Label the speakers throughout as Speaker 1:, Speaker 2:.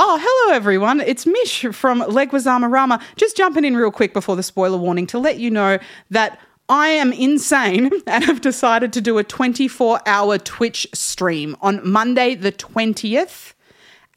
Speaker 1: Oh, hello everyone. It's Mish from Legwazama Rama. Just jumping in real quick before the spoiler warning to let you know that I am insane and have decided to do a 24 hour Twitch stream on Monday, the 20th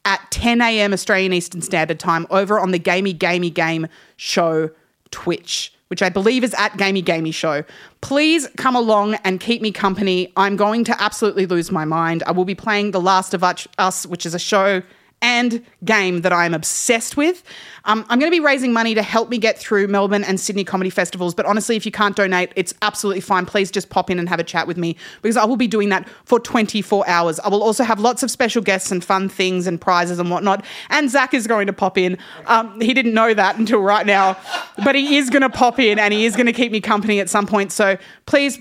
Speaker 1: at 10 a.m. Australian Eastern Standard Time over on the Gamey Gamey Game Show Twitch, which I believe is at Gamey Gamey Show. Please come along and keep me company. I'm going to absolutely lose my mind. I will be playing The Last of Us, which is a show and game that I'm obsessed with. Um, I'm going to be raising money to help me get through Melbourne and Sydney comedy festivals. But honestly, if you can't donate, it's absolutely fine. Please just pop in and have a chat with me because I will be doing that for 24 hours. I will also have lots of special guests and fun things and prizes and whatnot. And Zach is going to pop in. Um, he didn't know that until right now, but he is going to pop in and he is going to keep me company at some point. So please,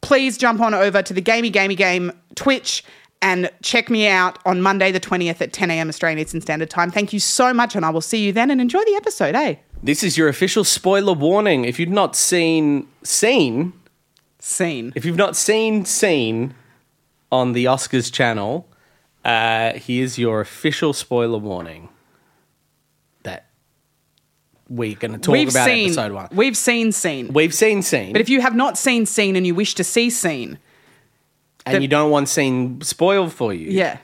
Speaker 1: please jump on over to the Gamey Gamey Game Twitch and check me out on Monday, the 20th at 10 a.m. Australian Eastern Standard Time. Thank you so much, and I will see you then and enjoy the episode, eh?
Speaker 2: This is your official spoiler warning. If you've not seen seen,
Speaker 1: Scene.
Speaker 2: if you've not seen seen on the Oscars channel, uh, here's your official spoiler warning that we're going to talk
Speaker 1: We've
Speaker 2: about
Speaker 1: seen,
Speaker 2: episode one.
Speaker 1: we've seen Scene.
Speaker 2: We've seen seen,
Speaker 1: but if you have not seen Scene and you wish to see Scene,
Speaker 2: and you don't want seen spoiled for you,
Speaker 1: yeah,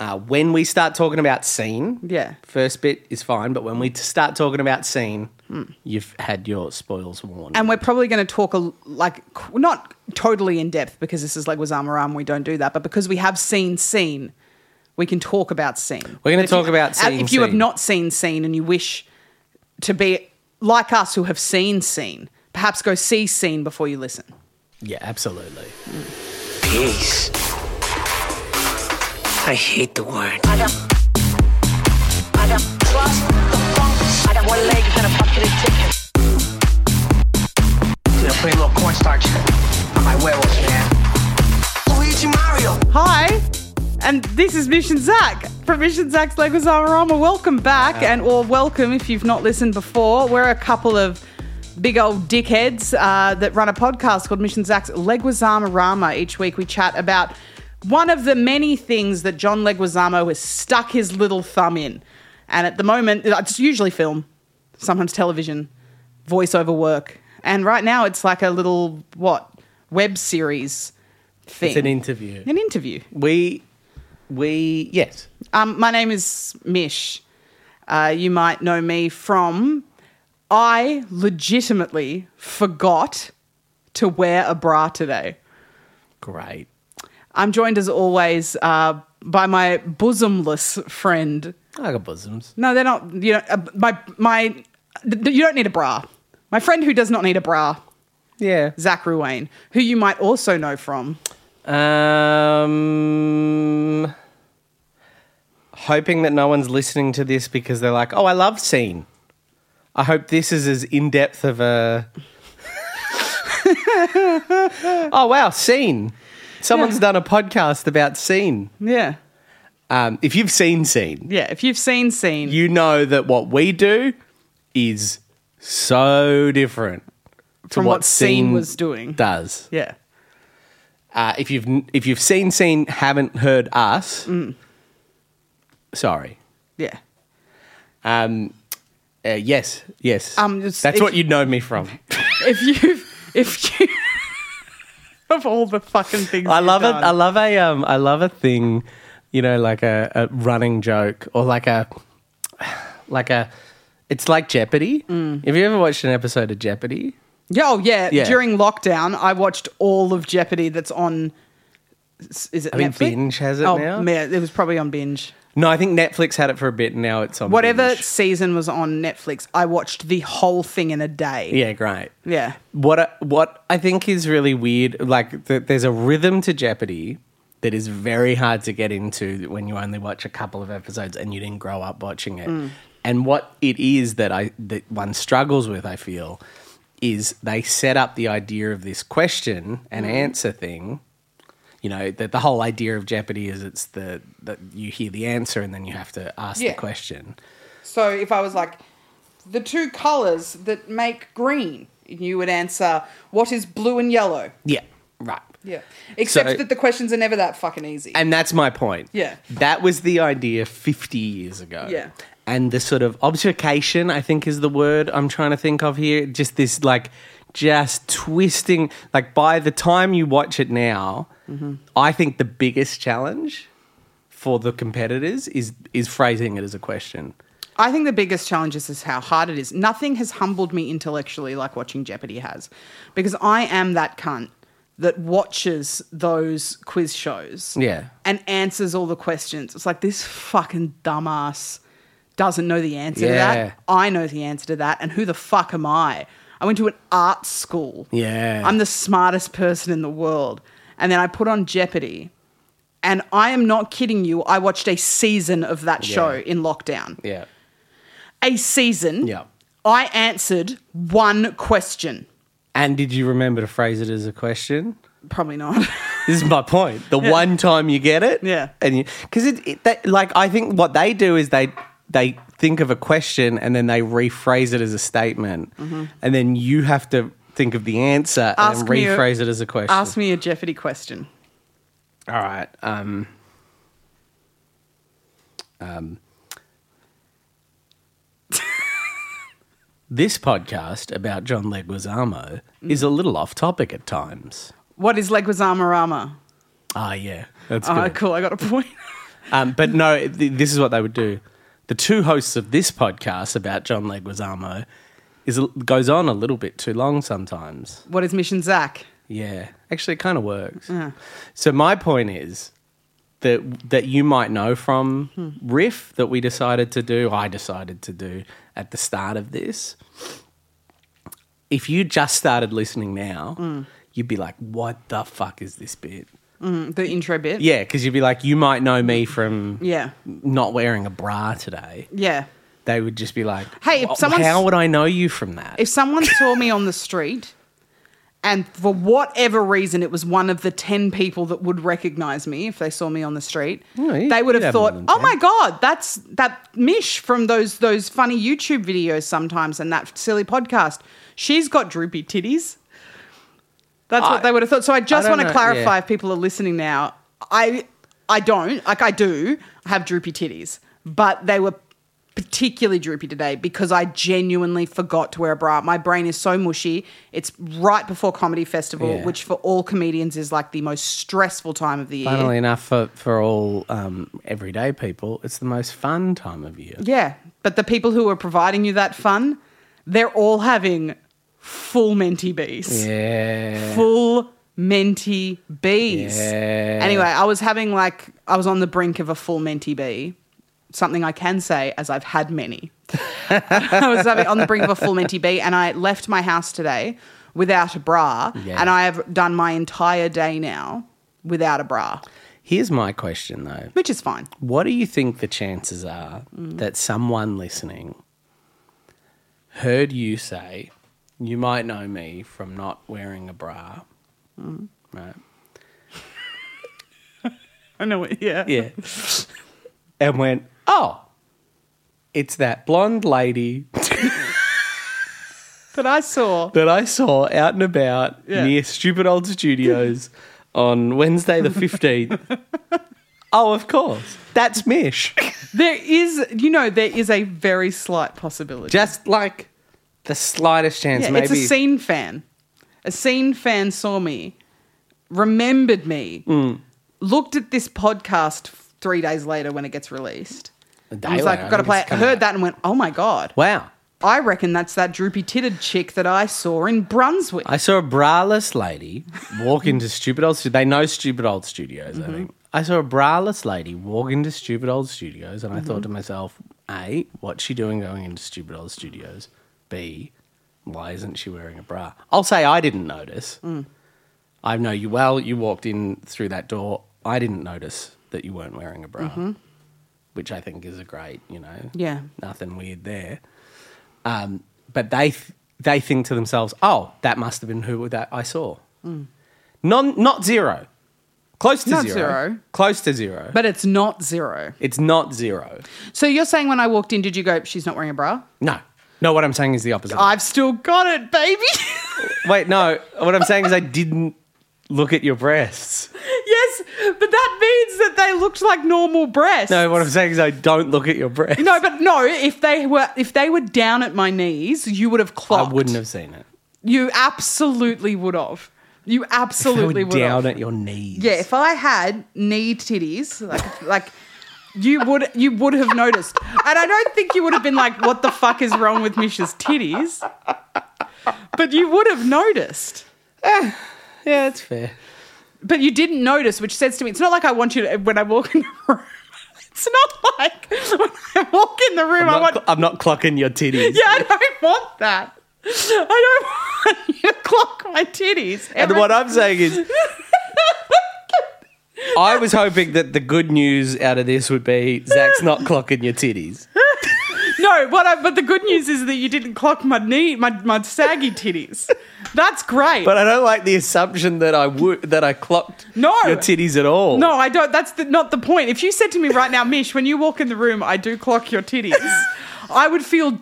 Speaker 2: uh, when we start talking about scene,
Speaker 1: Yeah.
Speaker 2: first bit is fine, but when we t- start talking about scene, you've had your spoils warned.
Speaker 1: Hmm. and we're probably going to talk a, like qu- not totally in depth because this is like Wazamaram, we don't do that, but because we have seen Scene, we can talk about Scene.
Speaker 2: we're going to talk about
Speaker 1: Uh,
Speaker 2: scene.
Speaker 1: if you have
Speaker 2: Scene.
Speaker 1: not seen Scene and you wish to be like us who have seen Scene, perhaps go see Scene before you listen.
Speaker 2: yeah, absolutely.
Speaker 3: Peace. I hate the word.
Speaker 4: I got, I got trust, the funk. I got one leg and a bucket of chicken.
Speaker 3: Dude, I'm putting a little cornstarch on my werewolves, man. Luigi Mario.
Speaker 1: Hi, and this is Mission Zach from Mission Zach's Legozarama. Welcome back, and or welcome if you've not listened before. We're a couple of big old dickheads uh, that run a podcast called Mission Zach's Leguizamo Rama. Each week we chat about one of the many things that John Leguizamo has stuck his little thumb in, and at the moment it's usually film, sometimes television, voiceover work, and right now it's like a little what web series thing.
Speaker 2: It's an interview.
Speaker 1: An interview.
Speaker 2: We, we, yes.
Speaker 1: Um, my name is Mish. Uh, you might know me from I legitimately forgot to wear a bra today.
Speaker 2: Great.
Speaker 1: I'm joined as always uh, by my bosomless friend.
Speaker 2: I got bosoms.
Speaker 1: No, they're not. You know, uh, my my. th- you don't need a bra. My friend who does not need a bra,
Speaker 2: Yeah.
Speaker 1: Zach Ruane, who you might also know from.
Speaker 2: Um, hoping that no one's listening to this because they're like, oh, I love scene. I hope this is as in depth of a. oh, wow, scene. Someone's done a podcast about scene.
Speaker 1: Yeah,
Speaker 2: Um, if you've seen scene,
Speaker 1: yeah. If you've seen seen,
Speaker 2: you know that what we do is so different to
Speaker 1: From what Scene was doing.
Speaker 2: Does
Speaker 1: yeah.
Speaker 2: uh, if you've if you've seen scene haven't heard us,
Speaker 1: Mm.
Speaker 2: sorry.
Speaker 1: Yeah.
Speaker 2: Um, uh, yes, yes.
Speaker 1: Um, it's-
Speaker 2: That's
Speaker 1: if-
Speaker 2: what you know me from.
Speaker 1: if you've if you of all the fucking things
Speaker 2: I love it.
Speaker 1: you've
Speaker 2: I
Speaker 1: done.
Speaker 2: love a um. I love a thing, you know, like a, a running joke or like a like a. It's like Jeopardy.
Speaker 1: Mm.
Speaker 2: Have you ever watched an episode of Jeopardy?
Speaker 1: Yeah, oh yeah,
Speaker 2: Yeah.
Speaker 1: During lockdown, I watched all of Jeopardy that's on. s- Is it
Speaker 2: I think
Speaker 1: Netflix?
Speaker 2: Binge has it
Speaker 1: oh,
Speaker 2: now.
Speaker 1: man, it was probably on binge.
Speaker 2: No, I think Netflix had it for a bit, and now it's on
Speaker 1: Whatever
Speaker 2: Binge.
Speaker 1: season was on Netflix, I watched the whole thing in a day.
Speaker 2: Yeah, great.
Speaker 1: yeah,
Speaker 2: What I, what I think is really weird, like th- there's a rhythm to Jeopardy that is very hard to get into when you only watch a couple of episodes and you didn't grow up watching it.
Speaker 1: Mm.
Speaker 2: And what it is that I that one struggles with, I feel, is they set up the idea of this question
Speaker 1: Mm.
Speaker 2: and answer thing. You know that the whole idea of Jeopardy is it's the that you hear the answer and then you have to ask
Speaker 1: Yeah.
Speaker 2: the question.
Speaker 1: So if I was like, the two colours that make green, you would answer, what is blue and yellow?
Speaker 2: Yeah, right.
Speaker 1: Yeah. Except
Speaker 2: So-
Speaker 1: that the questions are never that fucking easy.
Speaker 2: And that's my point.
Speaker 1: Yeah.
Speaker 2: That was the idea 50 years ago.
Speaker 1: Yeah.
Speaker 2: And the sort of obfuscation, I think, is the word I'm trying to think of here. Just this, like, just twisting. Like, by the time you watch it now,
Speaker 1: Mm-hmm.
Speaker 2: I think the biggest challenge for the competitors is is phrasing it as a question.
Speaker 1: I think the biggest challenge is, is how hard it is. Nothing has humbled me intellectually like watching Jeopardy has, because I am that cunt that watches those quiz shows.
Speaker 2: Yeah.
Speaker 1: And answers all the questions. It's like this fucking dumbass doesn't know the answer to
Speaker 2: Yeah.
Speaker 1: that. I know the answer to that. And who the fuck am I? I went to an art school.
Speaker 2: Yeah.
Speaker 1: I'm the smartest person in the world. And then I put on Jeopardy. And I am not kidding you. I watched a season of that show
Speaker 2: Yeah.
Speaker 1: in lockdown
Speaker 2: Yeah.
Speaker 1: a season,
Speaker 2: Yeah.
Speaker 1: I answered one question.
Speaker 2: And did you remember to phrase it as a question?
Speaker 1: Probably not.
Speaker 2: This is my point. The one time you get it,
Speaker 1: Yeah.
Speaker 2: and you because it, it that, like I think what they do is they they think of a question and then they rephrase it as a statement, and then you have to think of the answer
Speaker 1: Mm-hmm. Ask
Speaker 2: and
Speaker 1: me a-
Speaker 2: rephrase it as a question.
Speaker 1: Ask me a Jeopardy question.
Speaker 2: All right. Um, um, this podcast about John Leguizamo is a little off topic at times.
Speaker 1: What is Leguizamo Rama?
Speaker 2: Ah, yeah, that's
Speaker 1: Oh,
Speaker 2: good.
Speaker 1: cool. I got a point.
Speaker 2: Um, but no, th- this is what they would do. The two hosts of this podcast about John Leguizamo is goes on a little bit too long sometimes.
Speaker 1: what is Mission Zach?
Speaker 2: Yeah, actually, it kind of works. So my point is that that you might know from riff that we decided to do. I decided to do at the start of this. If you just started listening now, you'd be like, "What the fuck is this bit?"
Speaker 1: Mm, The intro bit?
Speaker 2: Yeah, because you'd be like, "You might know me from
Speaker 1: Yeah.
Speaker 2: not wearing a bra today,
Speaker 1: Yeah.
Speaker 2: they would just be like,
Speaker 1: Hey, if
Speaker 2: "Wha-
Speaker 1: someone's-
Speaker 2: how would I know you from that?"
Speaker 1: If someone saw me on the street and for whatever reason it was one of the 10 people that would recognize me if they saw me on the street,
Speaker 2: No, you-
Speaker 1: they would
Speaker 2: you'd
Speaker 1: have
Speaker 2: have more
Speaker 1: thought,
Speaker 2: than
Speaker 1: "Oh
Speaker 2: 10."
Speaker 1: my god, that's that Mish from those those funny YouTube videos sometimes and that silly podcast. She's got droopy titties." That's what
Speaker 2: I-
Speaker 1: they would have thought. So I just
Speaker 2: don't
Speaker 1: want to
Speaker 2: know,
Speaker 1: clarify
Speaker 2: yeah.
Speaker 1: if people are listening now. I I don't, like I do have droopy titties, but they were particularly droopy today because I genuinely forgot to wear a bra. My brain is so mushy. It's right before comedy festival,
Speaker 2: Yeah.
Speaker 1: which for all comedians is like the most stressful time of the year.
Speaker 2: Funnily enough, for for all um, everyday people, it's the most fun time of year.
Speaker 1: Yeah, but the people who are providing you that fun, they're all having full menti bees.
Speaker 2: Yeah,
Speaker 1: Full menti bees.
Speaker 2: Yeah.
Speaker 1: Anyway, I was having like I was on the brink of a full menti bee. Something I can say as I've had many. I was having on the brink of a full menti bee and I left my house today without a bra
Speaker 2: Yeah.
Speaker 1: and I have done my entire day now without a bra,
Speaker 2: Here's my question though:
Speaker 1: which is fine.
Speaker 2: What do you think the chances are that someone listening heard you say, "You might know me from not wearing a bra"? Right.
Speaker 1: I know it. Yeah.
Speaker 2: Yeah. and went, oh, it's that blonde lady
Speaker 1: But I saw
Speaker 2: that I saw out and about
Speaker 1: Yeah.
Speaker 2: near Stupid Old Studios on Wednesday the 15th. oh, of course. That's Mish.
Speaker 1: There is, you know, there is a very slight possibility.
Speaker 2: Just like the slightest chance,
Speaker 1: yeah,
Speaker 2: maybe.
Speaker 1: it's a scene fan. A scene fan saw me, remembered me,
Speaker 2: Mm.
Speaker 1: looked at this podcast f- three days later when it gets released.
Speaker 2: A day
Speaker 1: I was like,
Speaker 2: later,
Speaker 1: I've got to
Speaker 2: I think
Speaker 1: play
Speaker 2: it's
Speaker 1: it.
Speaker 2: coming
Speaker 1: Heard
Speaker 2: out.
Speaker 1: that and went, oh my God.
Speaker 2: Wow.
Speaker 1: I reckon that's that droopy titted chick that I saw in Brunswick.
Speaker 2: I saw a braless lady walk into Stupid Old Studios. They know Stupid Old Studios,
Speaker 1: Mm-hmm.
Speaker 2: I think. I saw a braless lady walk into Stupid Old Studios, and I
Speaker 1: Mm-hmm.
Speaker 2: thought to myself, A, what's she doing going into Stupid Old Studios? B, why isn't she wearing a bra?
Speaker 1: Mm.
Speaker 2: I'll say I didn't notice. I know you well. You walked in through that door. I didn't notice that you weren't wearing a bra,
Speaker 1: Mm-hmm.
Speaker 2: which I think is a great, you know,
Speaker 1: Yeah.
Speaker 2: nothing weird there. Um, but they th- they think to themselves, "Oh, that must have been who that I saw." Non, not zero, close to
Speaker 1: Mm. Not
Speaker 2: zero,
Speaker 1: zero.
Speaker 2: close to zero, but
Speaker 1: But it's not zero.
Speaker 2: it's not zero.
Speaker 1: So you're saying when I walked in, did you go, she's not wearing a bra?
Speaker 2: No, no. What I'm saying is the opposite.
Speaker 1: I've still got it, baby.
Speaker 2: Wait, no. What I'm saying is I didn't look at your breasts.
Speaker 1: yes, but that means that they looked like normal breasts.
Speaker 2: No, what I'm saying is I don't look at your breasts.
Speaker 1: No, but no, if they were if they were down at my knees, you would have
Speaker 2: I
Speaker 1: clocked.
Speaker 2: wouldn't have seen it.
Speaker 1: You absolutely would have. You absolutely
Speaker 2: They were
Speaker 1: would have.
Speaker 2: down at your knees.
Speaker 1: Yeah, if I had knee titties, like like you would you would have noticed. And I don't think you would have been like, what the fuck is wrong with Misha's titties? But you would have noticed.
Speaker 2: yeah, it's fair.
Speaker 1: But you didn't notice, which says to me, it's not like I want you to when I walk in the room. It's not like when I walk in the room,
Speaker 2: I'm
Speaker 1: I
Speaker 2: not,
Speaker 1: want
Speaker 2: cl- I'm not clocking your titties.
Speaker 1: Yeah, I don't want that. I don't want you to clock my titties.
Speaker 2: And what I'm saying is, I was hoping that the good news out of this would be Zach's not clocking your titties.
Speaker 1: No, what I, but the good news is that you didn't clock my knee, my, my saggy titties. That's great.
Speaker 2: But I don't like the assumption that I would that I clocked
Speaker 1: No.
Speaker 2: your titties at all.
Speaker 1: no, I don't. That's the, not the point. If you said to me right now, Mish, when you walk in the room, I do clock your titties, I would feel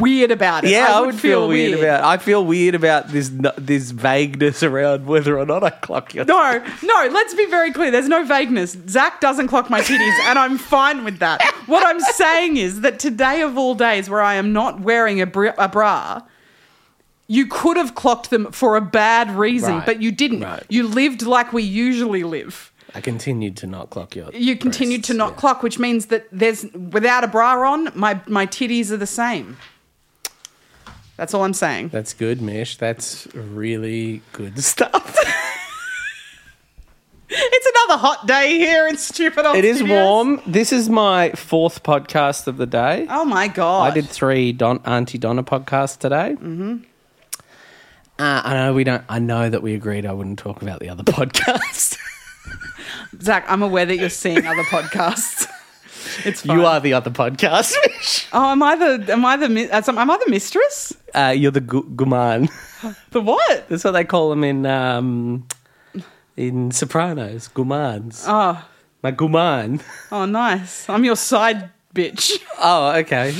Speaker 1: weird about it.
Speaker 2: Yeah, I, would feel, weird, about. I feel weird about this n- this vagueness around whether or not I clock your.
Speaker 1: No, no, let's be very clear. There's no vagueness. Zach doesn't clock my titties, and I'm fine with that. What I'm saying is that today, of all days, where I am not wearing a, br- a bra, you could have clocked them for a bad reason,
Speaker 2: Right,
Speaker 1: but you didn't.
Speaker 2: right.
Speaker 1: You lived like we usually live.
Speaker 2: I continued to not clock your.
Speaker 1: You continued to not clock, which means that there's without a bra on, my, my titties are the same. That's all I'm saying.
Speaker 2: That's good, Mish. That's really good stuff.
Speaker 1: It's another hot day here in stupid old
Speaker 2: it is
Speaker 1: Studios.
Speaker 2: warm. This is my fourth podcast of the day.
Speaker 1: Oh my god!
Speaker 2: I did three Don, Auntie Donna podcasts today. Mm-hmm. Uh, I know we don't. I know that we agreed I wouldn't talk about the other podcast.
Speaker 1: Zach, I'm aware that you're seeing other podcasts. It's fine.
Speaker 2: you are the other podcast, Mish.
Speaker 1: Oh, am I the am I the mi- uh, some- am I the mistress?
Speaker 2: Uh, you're the gu- guman.
Speaker 1: The what?
Speaker 2: That's what they call them in um, in Sopranos. Gumans.
Speaker 1: Oh,
Speaker 2: My guman.
Speaker 1: oh, nice. I'm your side bitch.
Speaker 2: Oh, okay.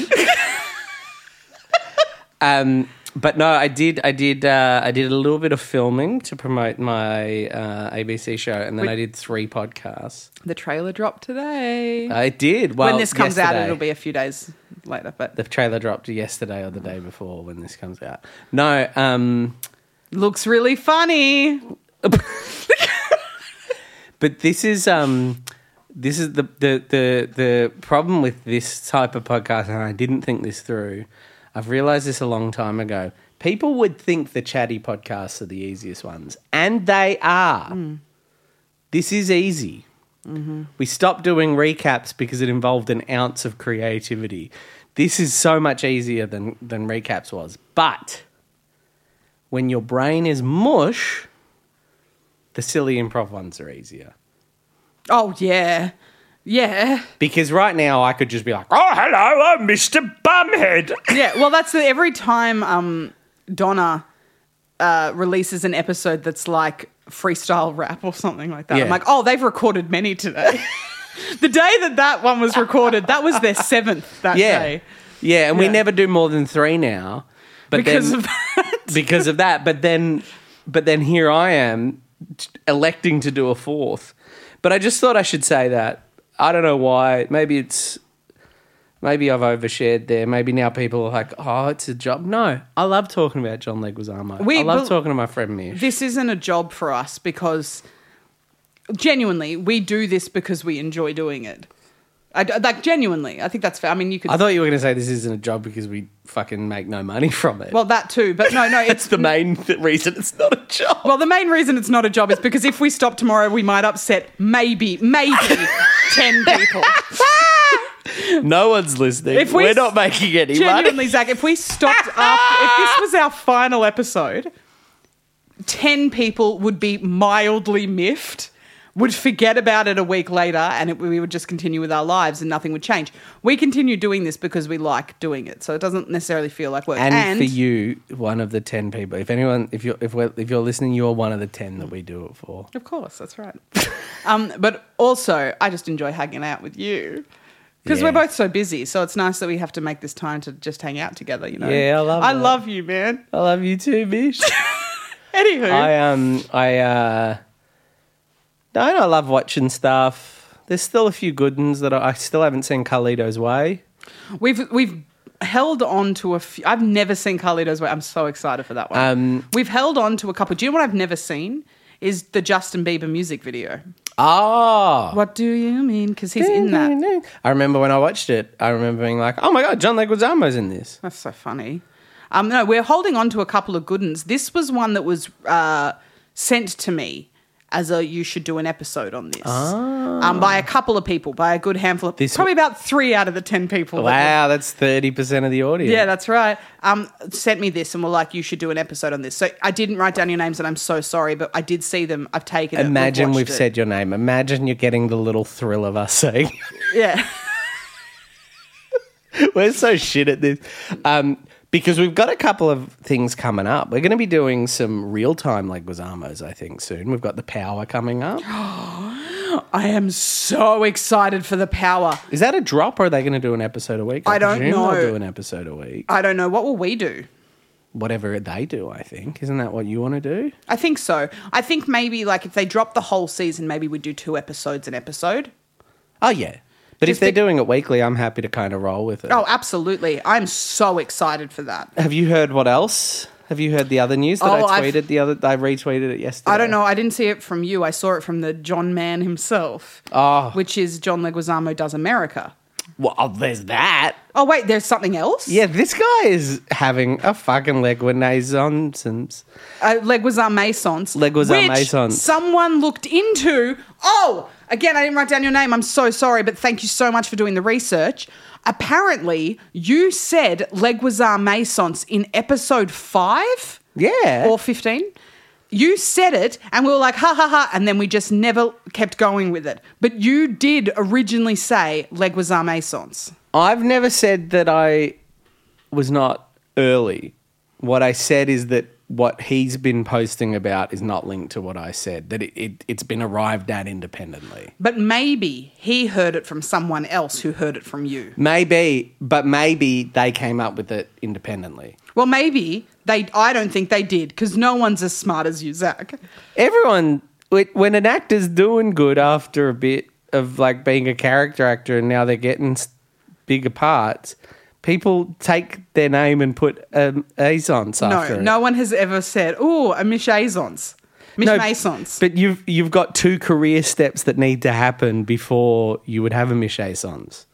Speaker 2: um, but no, I did. I did. Uh, I did a little bit of filming to promote my uh, ABC show, and then I did three podcasts.
Speaker 1: The trailer dropped today.
Speaker 2: I did. Well,
Speaker 1: when this comes out,
Speaker 2: yesterday.
Speaker 1: it'll be a few days later. But
Speaker 2: the trailer dropped yesterday or the day before when this comes out. No, um,
Speaker 1: looks really funny.
Speaker 2: but this is um, this is the, the the the problem with this type of podcast, and I didn't think this through. I've realized this a long time ago. People would think the chatty podcasts are the easiest ones, and they are.
Speaker 1: Mm.
Speaker 2: This is easy. We stopped doing recaps because it involved an ounce of creativity. This is so much easier than, than recaps was. But when your brain is mush, the silly improv ones are easier.
Speaker 1: Oh yeah, yeah,
Speaker 2: Because right now I could just be like, oh, hello, I'm Mr. Bumhead.
Speaker 1: yeah. Well, that's the, every time um, Donna uh, releases an episode that's like freestyle rap or something like that.
Speaker 2: Yeah.
Speaker 1: I'm like, oh, they've recorded many today. the day that that one was recorded, that was their seventh that
Speaker 2: Yeah.
Speaker 1: day.
Speaker 2: Yeah, and we
Speaker 1: Yeah.
Speaker 2: never do more than three now. But
Speaker 1: Because
Speaker 2: then,
Speaker 1: of that.
Speaker 2: because of that. But then, but then here I am t- electing to do a fourth. But I just thought I should say that. I don't know why. Maybe it's maybe I've overshared there. Maybe now people are like, oh, it's a job. No, I love talking about John Leguizamo.
Speaker 1: We
Speaker 2: I love
Speaker 1: bel-
Speaker 2: talking to my friend Mish.
Speaker 1: This isn't a job for us because genuinely, we do this because we enjoy doing it. I, d- like genuinely, I think that's fair. I mean, you could
Speaker 2: I thought you were going to say this isn't a job because we fucking make no money from it.
Speaker 1: well that too, but no, no,
Speaker 2: that's
Speaker 1: it's
Speaker 2: the main th- reason it's not a job.
Speaker 1: well the main reason it's not a job is because if we stop tomorrow, we might upset maybe maybe ten people.
Speaker 2: no one's listening.
Speaker 1: If we
Speaker 2: we are
Speaker 1: s-
Speaker 2: not making any
Speaker 1: Genuinely,
Speaker 2: money.
Speaker 1: Zach, if we stopped after, if this was our final episode, 10 people would be mildly miffed. would forget about it a week later and it, we would just continue with our lives and nothing would change. We continue doing this because we like doing it. So it doesn't necessarily feel like work.
Speaker 2: And, for you, one of the ten people. If anyone, if you're if we're, if you're listening, you're one of the ten that we do it for.
Speaker 1: Of course, that's right. um, but also, I just enjoy hanging out with you. Because
Speaker 2: Yeah.
Speaker 1: we're both so busy, so it's nice that we have to make this time to just hang out together, you know?
Speaker 2: Yeah, I love
Speaker 1: I
Speaker 2: that.
Speaker 1: love you, man.
Speaker 2: I love you too, Mish.
Speaker 1: Anywho.
Speaker 2: I um I uh no, I love watching stuff. There's still a few good ones that I, I still haven't seen Carlito's Way.
Speaker 1: We've we've held on to a few. I've never seen Carlito's Way. I'm so excited for that one.
Speaker 2: Um,
Speaker 1: we've held on to a couple. Do you know what I've never seen? Is the Justin Bieber music video.
Speaker 2: Oh.
Speaker 1: What do you mean? Because he's in that.
Speaker 2: I remember when I watched it, I remember being like, oh my God, John Leguizamo's in this.
Speaker 1: That's so funny. Um, no, we're holding on to a couple of good ones. This was one that was uh, sent to me as a you should do an episode on this um, by a couple of people, by a good handful of
Speaker 2: Ah. This-
Speaker 1: probably about three out of the ten people. that were-
Speaker 2: Wow, that's 30% of the audience.
Speaker 1: Yeah, that's right. Um, sent me this and were like, "You should do an episode on this." So I didn't write down your names, and I'm so sorry, but I did see them. I've taken. it,
Speaker 2: Imagine
Speaker 1: we've,
Speaker 2: we've
Speaker 1: watched it.
Speaker 2: said your name. Imagine you're getting the little thrill of us saying,
Speaker 1: yeah.
Speaker 2: we're so shit at this. Um, because we've got a couple of things coming up. We're going to be doing some real time Leguizamo's, I think, soon. We've got The Power coming up.
Speaker 1: I am so excited for the power.
Speaker 2: Is that a drop or are they going to do an episode a week?
Speaker 1: I don't
Speaker 2: presume they'll
Speaker 1: know.
Speaker 2: do an episode a week.
Speaker 1: I don't know what will we do.
Speaker 2: Whatever they do, I think. Isn't that what you want to do?
Speaker 1: I think so. I think maybe like if they drop the whole season, maybe we do two episodes an episode.
Speaker 2: Oh, yeah. But
Speaker 1: Just
Speaker 2: if they're
Speaker 1: be-
Speaker 2: doing it weekly, I'm happy to kind of roll with it.
Speaker 1: Oh, absolutely! I'm so excited for that.
Speaker 2: Have you heard what else? Have you heard the other news that
Speaker 1: Oh,
Speaker 2: I
Speaker 1: I've-
Speaker 2: tweeted the other? I retweeted it yesterday.
Speaker 1: I don't know. I didn't see it from you. I saw it from the John Mann himself,
Speaker 2: Oh.
Speaker 1: which is John Leguizamo does America.
Speaker 2: Well, there's that.
Speaker 1: Oh wait, there's something else.
Speaker 2: Yeah, this guy is having a fucking leguizamo's.
Speaker 1: uh, Leguizamesons.
Speaker 2: Leguizamesons.
Speaker 1: which Someone looked into. Oh, again, I didn't write down your name. I'm so sorry, but thank you so much for doing the research. Apparently, you said Leguizamesons in episode five
Speaker 2: Yeah.
Speaker 1: or 15. You said it, and we were like, ha ha ha, and then we just never kept going with it. But you did originally say Leguizamesons.
Speaker 2: I've never said that I was not early. What I said is that what he's been posting about is not linked to what I said. That it, it it's been arrived at independently.
Speaker 1: But maybe he heard it from someone else who heard it from you.
Speaker 2: Maybe, but maybe they came up with it independently.
Speaker 1: Well, maybe they. I don't think they did because no one's as smart as you, Zach.
Speaker 2: everyone wh- when an actor's doing good after a bit of like being a character actor and now they're getting s- bigger parts people take their name and put um, asons after
Speaker 1: No,
Speaker 2: it.
Speaker 1: no one has ever said, "Oh, a Mish Azons, Mish
Speaker 2: No,
Speaker 1: Masons."
Speaker 2: but you've you've got two career steps that need to happen before you would have a michasons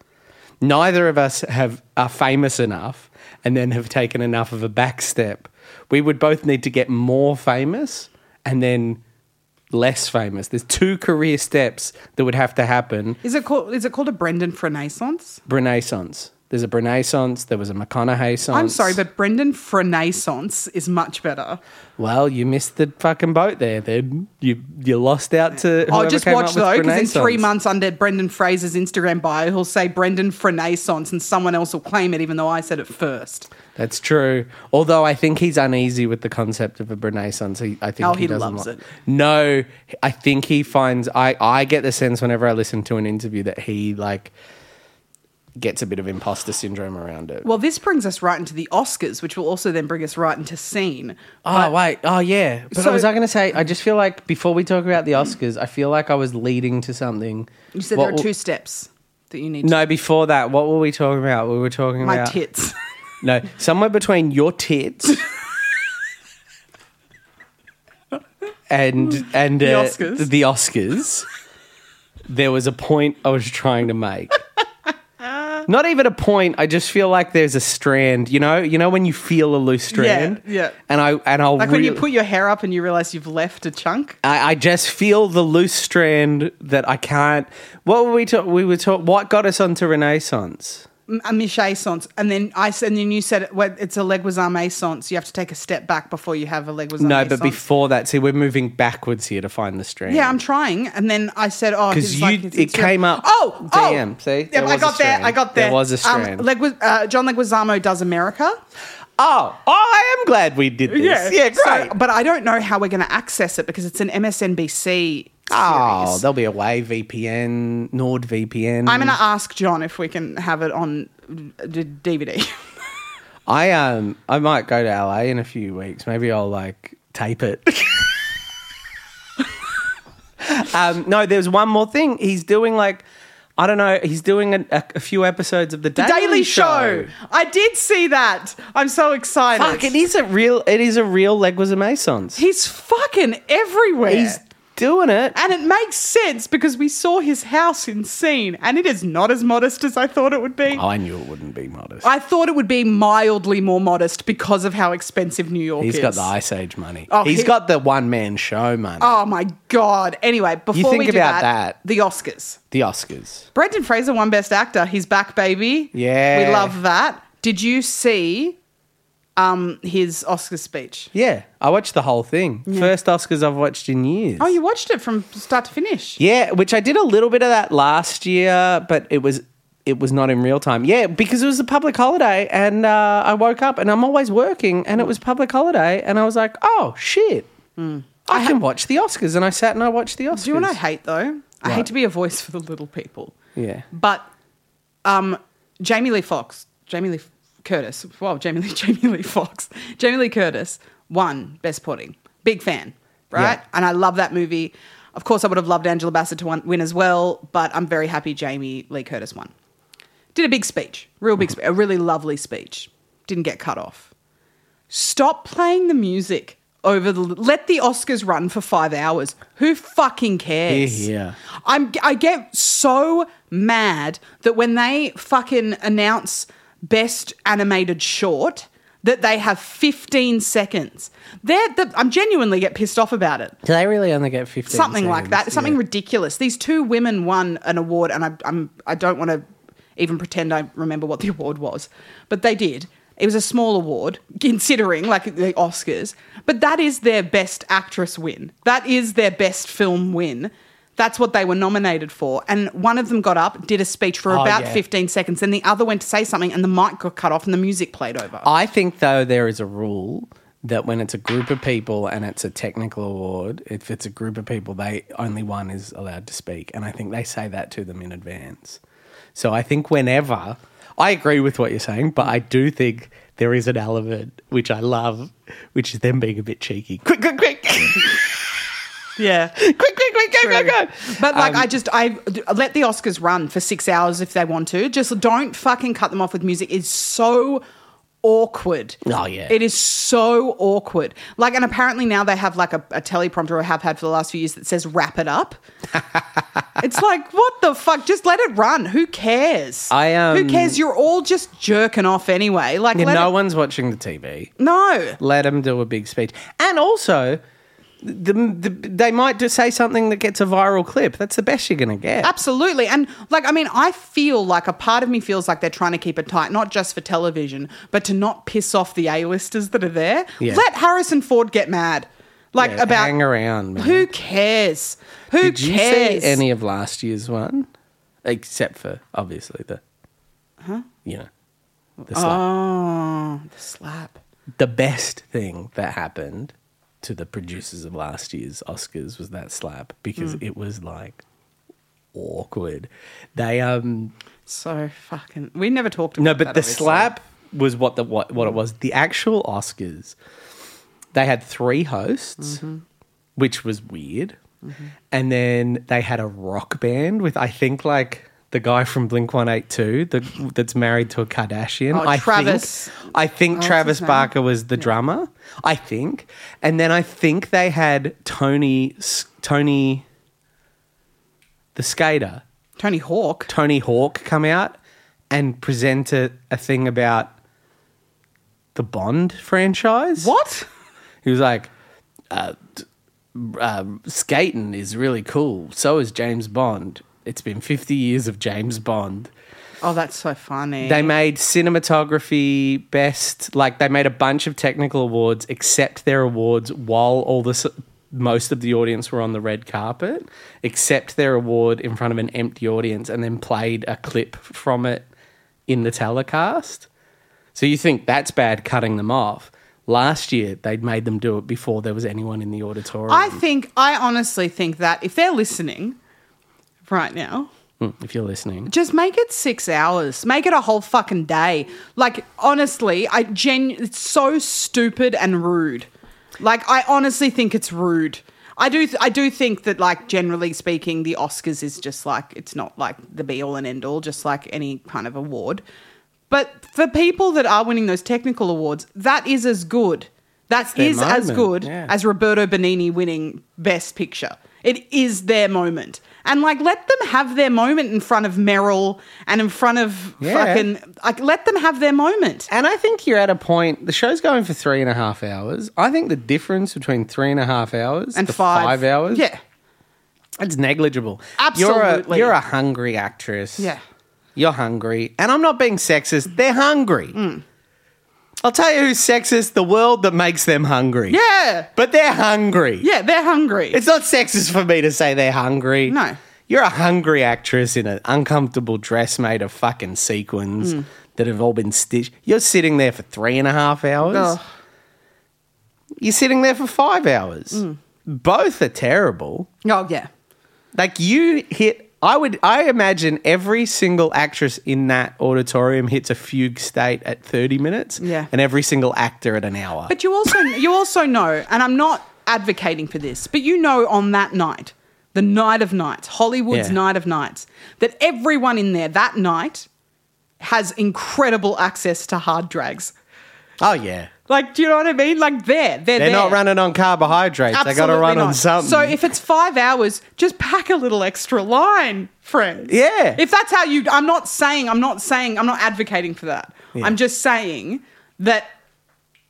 Speaker 2: neither of us have are famous enough and then have taken enough of a back step we would both need to get more famous and then less famous there's two career steps that would have to happen
Speaker 1: is it called? Is it called a Brendan Frenaissance?
Speaker 2: renaissance there's a renaissance there was a mcconaughey song
Speaker 1: I'm sorry, but Brendan Frenaissance is much better.
Speaker 2: well you missed the fucking boat there then you you lost out to
Speaker 1: Oh,
Speaker 2: whoever
Speaker 1: just
Speaker 2: came
Speaker 1: watch
Speaker 2: up with
Speaker 1: though, because in three
Speaker 2: Renaissance.
Speaker 1: months under Brendan Fraser's Instagram bio, he'll say Brendan Frenaissance, and someone else will claim it, even though I said it first.
Speaker 2: That's true. Although I think he's uneasy with the concept of a renaissance. He, I think
Speaker 1: Oh,
Speaker 2: he,
Speaker 1: he
Speaker 2: doesn't
Speaker 1: loves
Speaker 2: like-
Speaker 1: it.
Speaker 2: No, I think he finds. I I get the sense whenever I listen to an interview that he like gets a bit of imposter syndrome around it.
Speaker 1: Well, this brings us right into the Oscars, which will also then bring us right into scene.
Speaker 2: oh wait. Oh yeah. But
Speaker 1: So-
Speaker 2: I was I going to say? I just feel like before we talk about the Oscars, I feel like I was leading to something.
Speaker 1: You said
Speaker 2: What
Speaker 1: there are
Speaker 2: w-
Speaker 1: two steps that you need. to
Speaker 2: No, before that, what were we talking about? We were talking
Speaker 1: my
Speaker 2: about
Speaker 1: tits.
Speaker 2: No, somewhere between your tits and and the
Speaker 1: Oscars.
Speaker 2: the Oscars, there was a point I was trying to make. Not even a point. I just feel like there's a strand. You know, you know when you feel a loose strand.
Speaker 1: yeah.
Speaker 2: And I and I'll
Speaker 1: Like when you
Speaker 2: really-
Speaker 1: put your hair up and you realize you've left a chunk.
Speaker 2: I, I just feel the loose strand that I can't. What were we talking? We were talking. What got us onto Renaissance?
Speaker 1: m- Um, a mishaissance, and then I s- and then you said it, well, it's a leguizame essence. You have to take a step back before you have a leguizame.
Speaker 2: No, but
Speaker 1: essence.
Speaker 2: before that, see, we're moving backwards here to find the strand.
Speaker 1: Yeah, I'm trying, and then I said, "Oh,
Speaker 2: Because
Speaker 1: it's
Speaker 2: you-
Speaker 1: like- it's-
Speaker 2: it
Speaker 1: it's real-
Speaker 2: came up.
Speaker 1: Oh, oh.
Speaker 2: Damn, see?
Speaker 1: Yep,
Speaker 2: There
Speaker 1: I
Speaker 2: was a
Speaker 1: got there. I
Speaker 2: strand.
Speaker 1: got
Speaker 2: There
Speaker 1: there.
Speaker 2: was a
Speaker 1: Um,
Speaker 2: strand.
Speaker 1: Legui- uh, John Leguizamo does America.
Speaker 2: Oh, oh, I am glad we did this. Yeah,
Speaker 1: So-
Speaker 2: great.
Speaker 1: but I don't know how we're going to access it because it's an MSNBC.
Speaker 2: oh,
Speaker 1: series.
Speaker 2: there'll be a way VPN, NordVPN.
Speaker 1: I'm uh, going to ask John if we can have it on d- DVD.
Speaker 2: I um, I might go to LA in a few weeks. Maybe I'll like tape it. um, no, there's one more thing. He's doing like, I don't know. He's doing a, a, a few episodes of the Daily,
Speaker 1: Daily Show. I did see that. I'm so excited.
Speaker 2: Fuck, it is a real. It is a real Leguizamesons.
Speaker 1: He's fucking everywhere.
Speaker 2: He's doing it.
Speaker 1: And it makes sense because we saw his house in scene and it is not as modest as I thought it would be.
Speaker 2: I knew it wouldn't be modest.
Speaker 1: I thought it would be mildly more modest because of how expensive New York
Speaker 2: He's
Speaker 1: is.
Speaker 2: got the Ice Age money.
Speaker 1: Oh,
Speaker 2: He's
Speaker 1: he-
Speaker 2: got the one man show money.
Speaker 1: Oh my god. Anyway, before
Speaker 2: think
Speaker 1: we do
Speaker 2: about that.
Speaker 1: the Oscars.
Speaker 2: The Oscars.
Speaker 1: Brendan Fraser won Best Actor. He's back, baby.
Speaker 2: Yeah.
Speaker 1: We love that. Did you see um, his Oscar speech?
Speaker 2: Yeah, I watched the whole thing. First Oscars I've watched in years.
Speaker 1: Oh, you watched it from start to finish.
Speaker 2: Yeah, which I did a little bit of that last year, but it was it was not in real time. Yeah, because it was a public holiday, and uh, I woke up and I'm always working, and it was public holiday, and I was like, oh shit, I, can watch the Oscars, and I sat and I watched the Oscars.
Speaker 1: Hmm. Do you know what I hate though? I
Speaker 2: What?
Speaker 1: hate to be a voice for the little people.
Speaker 2: Yeah.
Speaker 1: But um, Jamie Lee Fox, Jamie Lee Curtis, well, Jamie Lee, Jamie Lee Fox, Jamie Lee Curtis won Best Supporting. Big fan, right?
Speaker 2: Yeah.
Speaker 1: And I love that movie. Of course, I would have loved Angela Bassett to won- win as well, but I'm very happy Jamie Lee Curtis won. Did a big speech, real big,
Speaker 2: Mm-hmm.
Speaker 1: spe- a really lovely speech. Didn't get cut off. Stop playing the music over the. Let the Oscars run for five hours. Who fucking cares?
Speaker 2: Hear, hear.
Speaker 1: I'm. I get so mad that when they fucking announce best animated short. That they have 15 seconds. They're the, I'm genuinely get pissed off about it.
Speaker 2: Do they really only get fifteen?
Speaker 1: Something like that.
Speaker 2: seconds?
Speaker 1: Something
Speaker 2: Yeah.
Speaker 1: ridiculous. These two women won an award, and I, I'm I don't want to even pretend I remember what the award was, but they did. It was a small award, considering like the Oscars. But that is their best actress win. That is their best film win. That's what they were nominated for. And one of them got up, did a speech for
Speaker 2: Oh,
Speaker 1: about
Speaker 2: yeah.
Speaker 1: 15 seconds, and the other went to say something, and the mic got cut off and the music played over.
Speaker 2: I think though there is a rule that when it's a group of people and it's a technical award, if it's a group of people, they only one is allowed to speak, and I think they say that to them in advance. So I think whenever I agree with what you're saying, but I do think there is an element which I love, which is them being a bit cheeky. Quick, quick, quick, quick,
Speaker 1: yeah.
Speaker 2: quick, quick, go, go, go. Um,
Speaker 1: But like, I just I let the Oscars run for six hours if they want to. Just don't fucking cut them off with music. It's so awkward.
Speaker 2: Oh, yeah.
Speaker 1: it is so awkward. Like, and apparently now they have like a, a teleprompter or have had for the last few years that says "wrap it up." it's like what the fuck? Just let it run. Who cares?
Speaker 2: I, um,
Speaker 1: Who cares? You're all just jerking off anyway. Like,
Speaker 2: Yeah,
Speaker 1: let
Speaker 2: no
Speaker 1: it-
Speaker 2: one's watching the TV.
Speaker 1: No.
Speaker 2: Let them do a big speech. And also, the, the, they might just say something that gets a viral clip. That's the best you're going to get.
Speaker 1: Absolutely. And like, I mean, I feel like a part of me feels like they're trying to keep it tight, not just for television, but to not piss off the A-listers that are there.
Speaker 2: Yeah.
Speaker 1: Let Harrison Ford get mad. Like
Speaker 2: Yeah,
Speaker 1: about
Speaker 2: hang around. Man.
Speaker 1: who cares? Who
Speaker 2: Did you
Speaker 1: cares?
Speaker 2: see any of last year's one? Except for obviously the, you know, the slap.
Speaker 1: oh, the slap.
Speaker 2: The best thing that happened to the producers of last year's Oscars was that slap
Speaker 1: Hmm.
Speaker 2: because it was like awkward. They um
Speaker 1: So fucking. We never talked about
Speaker 2: No, but
Speaker 1: that,
Speaker 2: the
Speaker 1: obviously.
Speaker 2: slap was what the what, what it was. The actual Oscars, they had three hosts,
Speaker 1: Mm-hmm.
Speaker 2: which was weird, and then they had a rock band with I think like the guy from Blink One Eight Two that that's married to a Kardashian.
Speaker 1: Oh,
Speaker 2: I
Speaker 1: Travis. Oh,
Speaker 2: Think, I think
Speaker 1: his
Speaker 2: Travis
Speaker 1: name?
Speaker 2: Barker was the drummer. I think, and then I think they had Tony S- Tony, the skater.
Speaker 1: Tony Hawk.
Speaker 2: Tony Hawk come out and present a, a thing about the Bond franchise.
Speaker 1: What?
Speaker 2: He was like, uh, d- uh, skating is really cool. So is James Bond. It's been 50 years of James Bond.
Speaker 1: Oh, that's so funny.
Speaker 2: They made cinematography best. Like they made a bunch of technical awards, except their awards while all the s- most of the audience were on the red carpet, except their award in front of an empty audience, and then played a clip from it in the telecast. So you think that's bad cutting them off? Last year they'd made them do it before there was anyone in the auditorium.
Speaker 1: I think, I honestly think that if they're listening right now,
Speaker 2: Mm, if you're listening,
Speaker 1: just make it six hours. Make it a whole fucking day. Like honestly, I gen it's so stupid and rude. Like I honestly think it's rude. I do I do think that like generally speaking, the Oscars is just like it's not like the be all and end all, just like any kind of award. But for people that are winning those technical awards, that is as good. That
Speaker 2: their
Speaker 1: is as
Speaker 2: moment,
Speaker 1: good
Speaker 2: yeah.
Speaker 1: as Roberto Benini winning Best Picture. It is their moment. And like let them have their moment in front of Meryl and in front of
Speaker 2: Yeah.
Speaker 1: fucking like let them have their moment.
Speaker 2: And I think you're at a point. The show's going for three and a half hours. I think the difference between three and a half hours
Speaker 1: And
Speaker 2: to
Speaker 1: five,
Speaker 2: hours,
Speaker 1: Yeah.
Speaker 2: it's negligible. you're a,
Speaker 1: Absolutely.
Speaker 2: you're a hungry actress.
Speaker 1: Yeah.
Speaker 2: you're hungry, and I'm not being sexist. They're hungry.
Speaker 1: Mm.
Speaker 2: I'll tell you who's sexist: the world that makes them hungry.
Speaker 1: Yeah.
Speaker 2: but they're hungry.
Speaker 1: Yeah, they're hungry.
Speaker 2: It's not sexist for me to say they're hungry.
Speaker 1: No.
Speaker 2: You're a hungry actress in an uncomfortable dress made of fucking sequins
Speaker 1: Hmm.
Speaker 2: that have all been stitched. You're sitting there for three and a half hours.
Speaker 1: Ugh.
Speaker 2: You're sitting there for five hours.
Speaker 1: Hmm.
Speaker 2: Both are terrible.
Speaker 1: oh yeah.
Speaker 2: Like you hit I would I imagine every single actress in that auditorium hits a fugue state at 30 minutes
Speaker 1: Yeah.
Speaker 2: and every single actor at an hour.
Speaker 1: But you also you also know, and I'm not advocating for this, but you know on that night, the night of nights, Hollywood's
Speaker 2: Yeah.
Speaker 1: night of nights, that everyone in there that night has incredible access to hard drags.
Speaker 2: oh yeah.
Speaker 1: Like, do you know what I mean? Like they're they're
Speaker 2: They're
Speaker 1: there.
Speaker 2: not running on carbohydrates. they got to
Speaker 1: Absolutely
Speaker 2: run on
Speaker 1: not.
Speaker 2: something.
Speaker 1: So if it's five hours, just pack a little extra line, friends.
Speaker 2: Yeah.
Speaker 1: If that's how you, I'm not saying, I'm not saying, I'm not advocating for that. I'm just saying that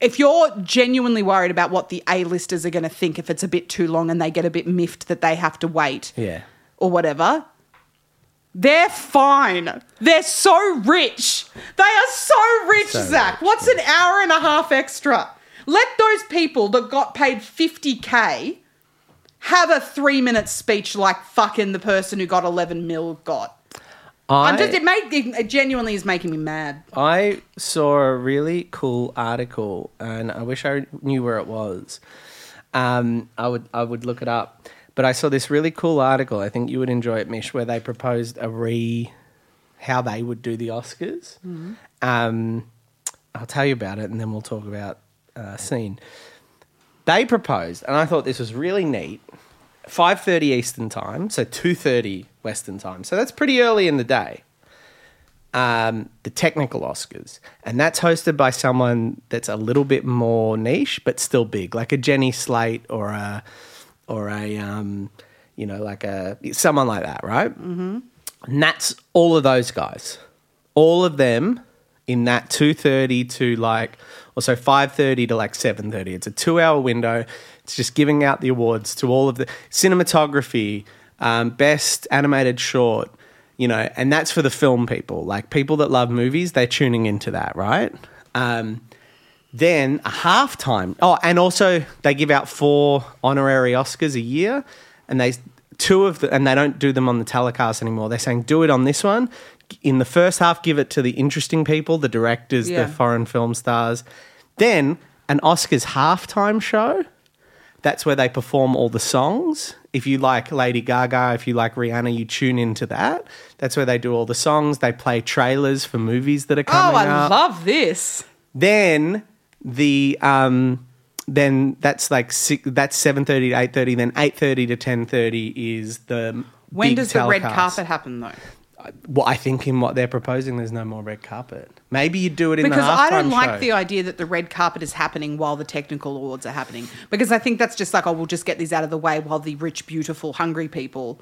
Speaker 1: if you're genuinely worried about what the A-listers are going to think if it's a bit too long and they get a bit miffed that they have to wait
Speaker 2: yeah.
Speaker 1: or whatever. They're fine. They're so rich. They are so rich,
Speaker 2: So
Speaker 1: Zach.
Speaker 2: rich,
Speaker 1: What's an hour and a half extra? Let those people that got paid 50K have a three minute speech like fucking the person who got 11 mil got.
Speaker 2: I,
Speaker 1: I'm just, it, made, it genuinely is making me mad.
Speaker 2: I saw a really cool article, and I wish I knew where it was. Um, I would I would look it up, but I saw this really cool article. I think you would enjoy it, Mish, where they proposed a re how they would do the Oscars.
Speaker 1: Mm-hmm.
Speaker 2: Um, I'll tell you about it, and then we'll talk about uh, scene. They proposed, and I thought this was really neat. Five thirty Eastern time, so two thirty Western time. So that's pretty early in the day um, the technical Oscars, and that's hosted by someone that's a little bit more niche but still big, like a Jenny Slate or a or a um, you know like a someone like that, right? Mm-hmm. And that's all of those guys, all of them in that two thirty to like or so five thirty to like seven thirty. It's a two hour window. It's just giving out the awards to all of the cinematography, um, best animated short you know, and that's for the film people, like people that love movies, they're tuning into that, right? Um, then a halftime. Oh, and also they give out four honorary Oscars a year, and they two of the and they don't do them on the telecast anymore. They're saying do it on this one. In the first half, give it to the interesting people, the directors,
Speaker 1: Yeah.
Speaker 2: the foreign film stars. Then an Oscars halftime show. That's where they perform all the songs. If you like Lady Gaga, if you like Rihanna, you tune into that. That's where they do all the songs. They play trailers for movies that are
Speaker 1: Oh,
Speaker 2: coming
Speaker 1: I
Speaker 2: up
Speaker 1: love this.
Speaker 2: then the um then that's like six, that's 7.30 to 8.30 then 8.30 to 10.30 is the
Speaker 1: When
Speaker 2: big
Speaker 1: does the red
Speaker 2: telecast.
Speaker 1: carpet happen, though?
Speaker 2: well i think in what they're proposing there's no more red carpet maybe you do it in
Speaker 1: because
Speaker 2: the halftime
Speaker 1: I don't like
Speaker 2: show.
Speaker 1: the idea that the red carpet is happening while the technical awards are happening. Because I think that's just like, oh, we'll just get these out of the way while the rich, beautiful, hungry people.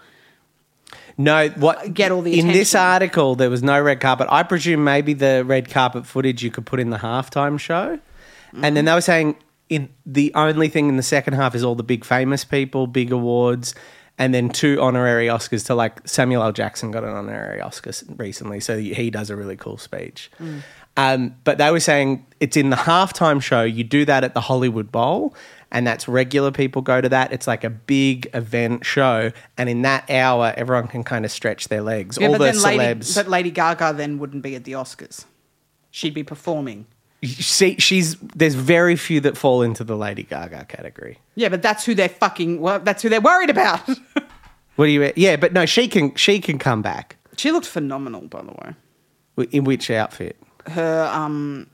Speaker 2: No, what
Speaker 1: get all the
Speaker 2: in this
Speaker 1: attention.
Speaker 2: article there was no red carpet. I presume maybe the red carpet footage you could put in the halftime show, and then they were saying in the only thing in the second half is all the big famous people, big awards, and then two honorary Oscars to like Samuel L. Jackson got an honorary Oscar s- recently, so he does a really cool speech. Um, but they were saying it's in the halftime show. You do that at the Hollywood Bowl, and that's regular people go to that. It's like a big event show, and in that hour, everyone can kind of stretch their legs.
Speaker 1: Yeah,
Speaker 2: All
Speaker 1: but
Speaker 2: the
Speaker 1: then Lady,
Speaker 2: celebs.
Speaker 1: but Lady Gaga then wouldn't be at the Oscars. She'd be performing.
Speaker 2: See, she's there's very few that fall into the Lady Gaga category.
Speaker 1: Yeah, but that's who they're fucking. Well, that's who they're worried about.
Speaker 2: What do you? Yeah, but no, she can she can come back.
Speaker 1: she looked phenomenal, by the way. um,
Speaker 2: Wh- In which outfit?
Speaker 1: Versace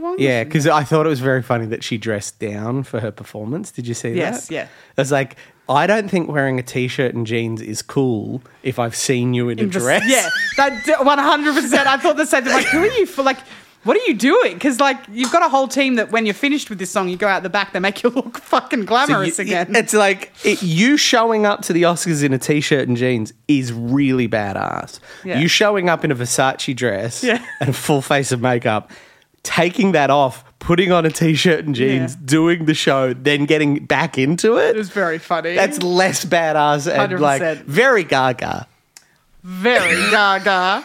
Speaker 1: one.
Speaker 2: Yeah, because I thought it was very funny that she dressed down for her performance. Did you see
Speaker 1: Yes,
Speaker 2: that?
Speaker 1: yeah.
Speaker 2: It's like I don't think wearing a t-shirt and jeans is cool if I've seen you in, a
Speaker 1: In Vers-
Speaker 2: dress.
Speaker 1: Yeah, that one hundred percent. I thought the same thing. Like, who are you for? Like, what are you doing? Because like, you've got a whole team that when you're finished with this song, you go out the back. They make you look fucking
Speaker 2: So you-
Speaker 1: glamorous again.
Speaker 2: It's like it, you showing up to the Oscars in a t-shirt and jeans is really badass.
Speaker 1: Yeah.
Speaker 2: You showing up in a Versace dress
Speaker 1: Yeah.
Speaker 2: and a full face of makeup, taking that off, putting on a t-shirt and jeans,
Speaker 1: Yeah.
Speaker 2: doing the show, then getting back into it.
Speaker 1: it was very funny.
Speaker 2: That's less badass and like
Speaker 1: 100%.
Speaker 2: very gaga.
Speaker 1: very Gaga.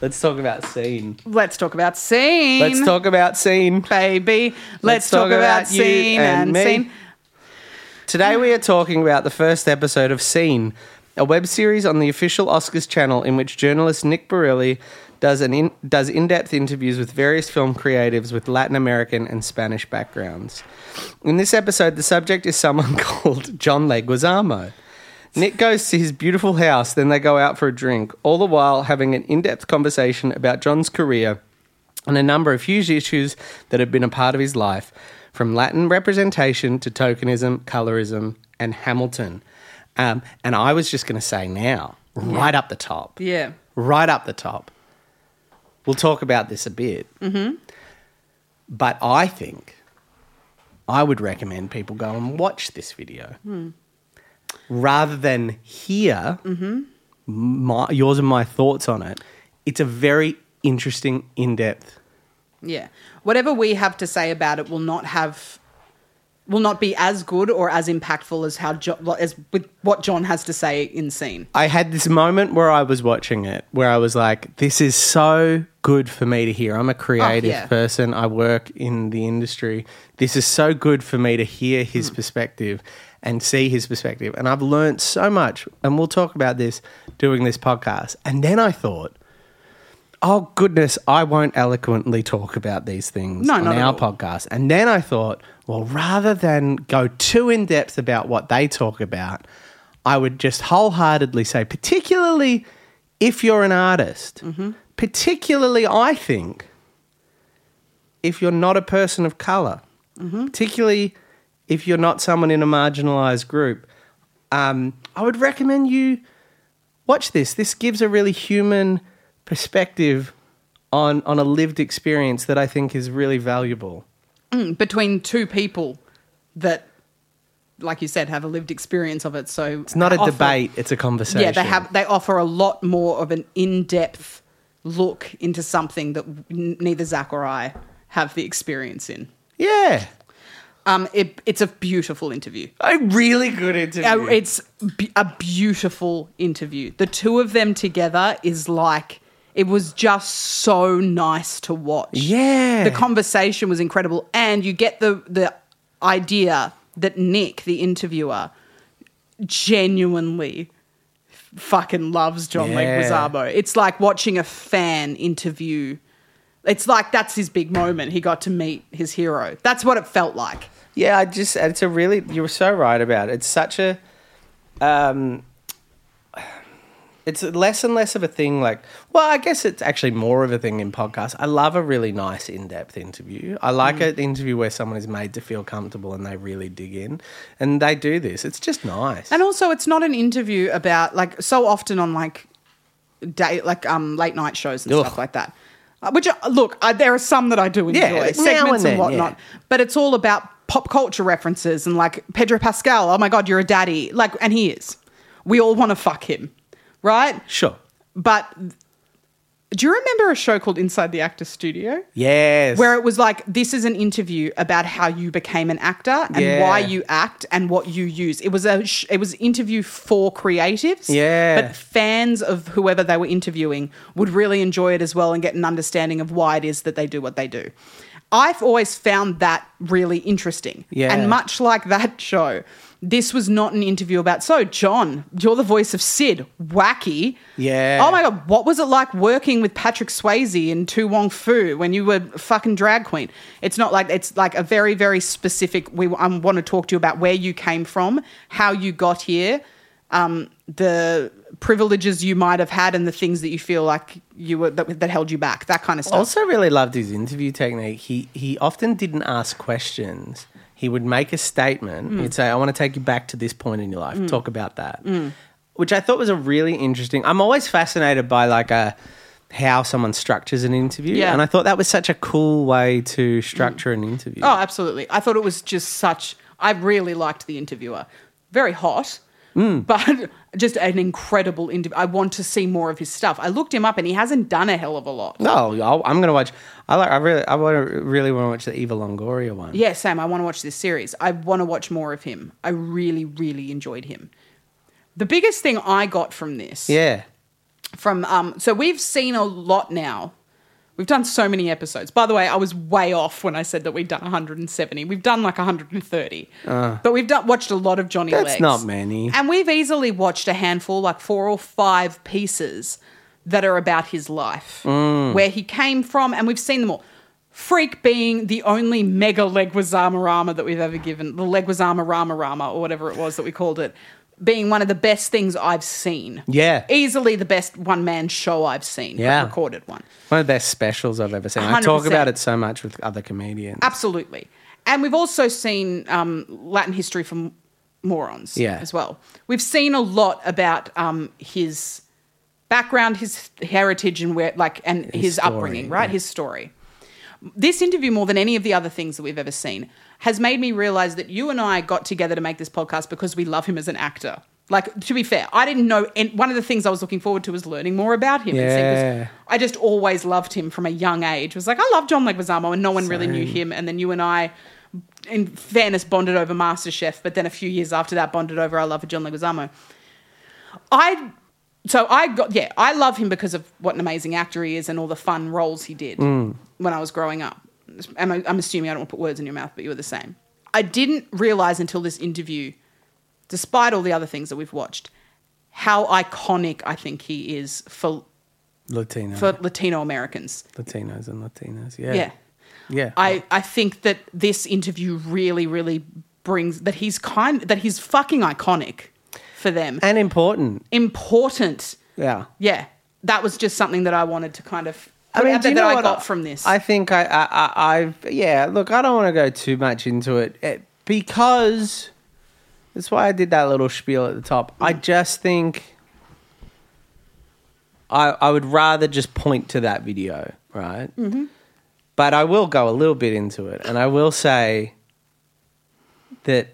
Speaker 2: Let's talk about scene.
Speaker 1: Let's talk about scene.
Speaker 2: Let's talk about scene.
Speaker 1: baby. Let's, talk, about,
Speaker 2: you
Speaker 1: scene
Speaker 2: and
Speaker 1: and,
Speaker 2: me.
Speaker 1: scene.
Speaker 2: Today we are talking about the first episode of Scene, a web series on the official Oscars channel in which journalist Nick Barilli does an in, does in-depth interviews with various film creatives with Latin American and Spanish backgrounds. In this episode, the subject is someone called John Leguizamo. Nick goes to his beautiful house, then they go out for a drink, all the while having an in-depth conversation about John's career and a number of huge issues that have been a part of his life, from Latin representation to tokenism, colorism, and Hamilton. Um, and I was just going to say now, right up the top,
Speaker 1: Yeah.
Speaker 2: right up the top. We'll talk about this a bit, mm-hmm. but I think I would recommend people go and watch this video rather than hear my, yours and my thoughts on it. It's a very interesting, in-depth
Speaker 1: Yeah. Whatever we have to say about it will not have will not be as good or as impactful as how jo- as with what John has to say in scene.
Speaker 2: I had this moment where I was watching it where I was like, this is so good for me to hear. I'm a creative
Speaker 1: yeah.
Speaker 2: person, I work in the industry. This is so good for me to hear his perspective and see his perspective. And I've learned so much. And we'll talk about this doing this podcast. And then I thought, oh goodness, I won't eloquently talk about these things
Speaker 1: No,
Speaker 2: on
Speaker 1: not at
Speaker 2: our
Speaker 1: all.
Speaker 2: podcast. And then I thought, well, rather than go too in depth about what they talk about, I would just wholeheartedly say, particularly if you're an artist,
Speaker 1: Mm-hmm.
Speaker 2: particularly I think if you're not a person of color,
Speaker 1: Mm-hmm.
Speaker 2: particularly if you're not someone in a marginalized group, um, I would recommend you watch this. This gives a really human perspective on on a lived experience that I think is really valuable.
Speaker 1: Between two people that like you said have a lived experience of it so
Speaker 2: It's not a
Speaker 1: offer-
Speaker 2: debate; it's a conversation.
Speaker 1: Yeah, they have they offer a lot more of an in-depth look into something that n- neither Zach or I have the experience in.
Speaker 2: Yeah,
Speaker 1: Um it, it's a beautiful interview.
Speaker 2: a really good interview.
Speaker 1: Uh, it's b- a beautiful interview. The two of them together is like it was just so nice to watch.
Speaker 2: Yeah.
Speaker 1: the conversation was incredible, and you get the the idea that Nick, the interviewer, genuinely fucking loves John
Speaker 2: Yeah.
Speaker 1: Leguizamo. It's like watching a fan interview. It's like that's his big moment. He got to meet his hero. That's what it felt like.
Speaker 2: Yeah, I just it's a really you were so right about it. It's such a um It's less and less of a thing. Like, well, I guess it's actually more of a thing in podcasts. I love a really nice in-depth interview. I like
Speaker 1: Mm.
Speaker 2: an interview where someone is made to feel comfortable and they really dig in, and they do this. It's just nice.
Speaker 1: And also, it's not an interview about like so often on like day like um late night shows and stuff
Speaker 2: Ugh.
Speaker 1: like that. Uh, Which uh, look, I, there are some that I do enjoy
Speaker 2: Yeah, it's now
Speaker 1: segments and,
Speaker 2: and then,
Speaker 1: whatnot, but it's all about pop culture references and like Pedro Pascal. Oh my god, you're a daddy! Like, and he is. We all want to fuck him, right?
Speaker 2: sure.
Speaker 1: But do you remember a show called Inside the Actor Studio?
Speaker 2: Yes.
Speaker 1: Where it was like, this is an interview about how you became an actor and
Speaker 2: Yeah.
Speaker 1: why you act and what you use. It was a sh- it was an interview for creatives.
Speaker 2: Yeah.
Speaker 1: but fans of whoever they were interviewing would really enjoy it as well and get an understanding of why it is that they do what they do. I've always found that really interesting.
Speaker 2: Yeah.
Speaker 1: and much like that show. This was not an interview about, so John, you're the voice of Sid, wacky.
Speaker 2: Yeah.
Speaker 1: Oh my God, what was it like working with Patrick Swayze and Tu Wong Fu when you were fucking drag queen? It's not like it's like a very very specific. We I want to talk to you about where you came from, how you got here, um, the privileges you might have had, and the things that you feel like you were that, that held you back. That kind of stuff.
Speaker 2: Also, really loved his interview technique. He he often didn't ask questions. He would make a statement.
Speaker 1: Hmm.
Speaker 2: He'd say, "I want to take you back to this point in your life. Talk about that,"
Speaker 1: Hmm.
Speaker 2: which I thought was a really interesting. I'm always fascinated by like a how someone structures an interview,
Speaker 1: Yeah.
Speaker 2: and I thought that was such a cool way to structure an interview.
Speaker 1: Oh, absolutely. I thought it was just such. I really liked the interviewer. Very hot, but just an incredible interview. I want to see more of his stuff. I looked him up, and he hasn't done a hell of a lot.
Speaker 2: No, I'll, I'm going to watch. I like. I really. I want to really want to watch the Eva Longoria one.
Speaker 1: Yeah, Sam, I want to watch this series. I want to watch more of him. I really, really enjoyed him. The biggest thing I got from this,
Speaker 2: Yeah.
Speaker 1: from um, so we've seen a lot now. We've done so many episodes. By the way, I was way off when I said that we'd done 170. We've done like 130, but we've done, watched a lot of Johnny
Speaker 2: Uh. That's
Speaker 1: Legs.
Speaker 2: not many.
Speaker 1: and we've easily watched a handful, like four or five pieces that are about his life,
Speaker 2: Hmm.
Speaker 1: where he came from, and we've seen them all. Freak being the only mega Leguizamo Rama that we've ever given, the Leguizamo Rama Rama, or whatever it was that we called it, being one of the best things I've seen.
Speaker 2: Yeah.
Speaker 1: Easily the best one man show I've seen,
Speaker 2: Yeah.
Speaker 1: yeah. recorded one.
Speaker 2: One of the best specials I've ever seen. I talk
Speaker 1: 100%.
Speaker 2: about it so much with other comedians.
Speaker 1: Absolutely. And we've also seen um, Latin history from morons
Speaker 2: Yeah.
Speaker 1: as well. We've seen a lot about um, his background, his heritage, and where, like, and his,
Speaker 2: story,
Speaker 1: upbringing, right?
Speaker 2: yeah.
Speaker 1: His story. This interview, more than any of the other things that we've ever seen, has made me realize that you and I got together to make this podcast because we love him as an actor. Like, to be fair, I didn't know. And one of the things I was looking forward to was learning more about him. and seeing- 'cause
Speaker 2: Yeah.
Speaker 1: I just always loved him from a young age. It was like, I love John Leguizamo, and no one really knew him. And then you and I, in fairness, bonded over MasterChef, but then a few years after that, bonded over our love for John Leguizamo. I, so I got, yeah, I love him because of what an amazing actor he is and all the fun roles he did when I was growing up. I'm, I'm assuming I don't want to put words in your mouth, but you were the same. I didn't realize until this interview, despite all the other things that we've watched, how iconic I think he is for
Speaker 2: Latino.
Speaker 1: for Latino Americans.
Speaker 2: Latinos and Latinas. Yeah.
Speaker 1: Yeah.
Speaker 2: Yeah.
Speaker 1: I, I think that this interview really, really brings that he's kind that he's fucking iconic for them.
Speaker 2: and important.
Speaker 1: Important.
Speaker 2: Yeah.
Speaker 1: Yeah. That was just something that I wanted to kind of
Speaker 2: I mean,
Speaker 1: out
Speaker 2: do you
Speaker 1: there
Speaker 2: know
Speaker 1: that
Speaker 2: what
Speaker 1: I got from this.
Speaker 2: I think I, I, I, I've, yeah. Look, I don't want to go too much into it eh, because that's why I did that little spiel at the top.
Speaker 1: Mm.
Speaker 2: I just think I, I would rather just point to that video, right? Mm-hmm. But I will go a little bit into it, and I will say that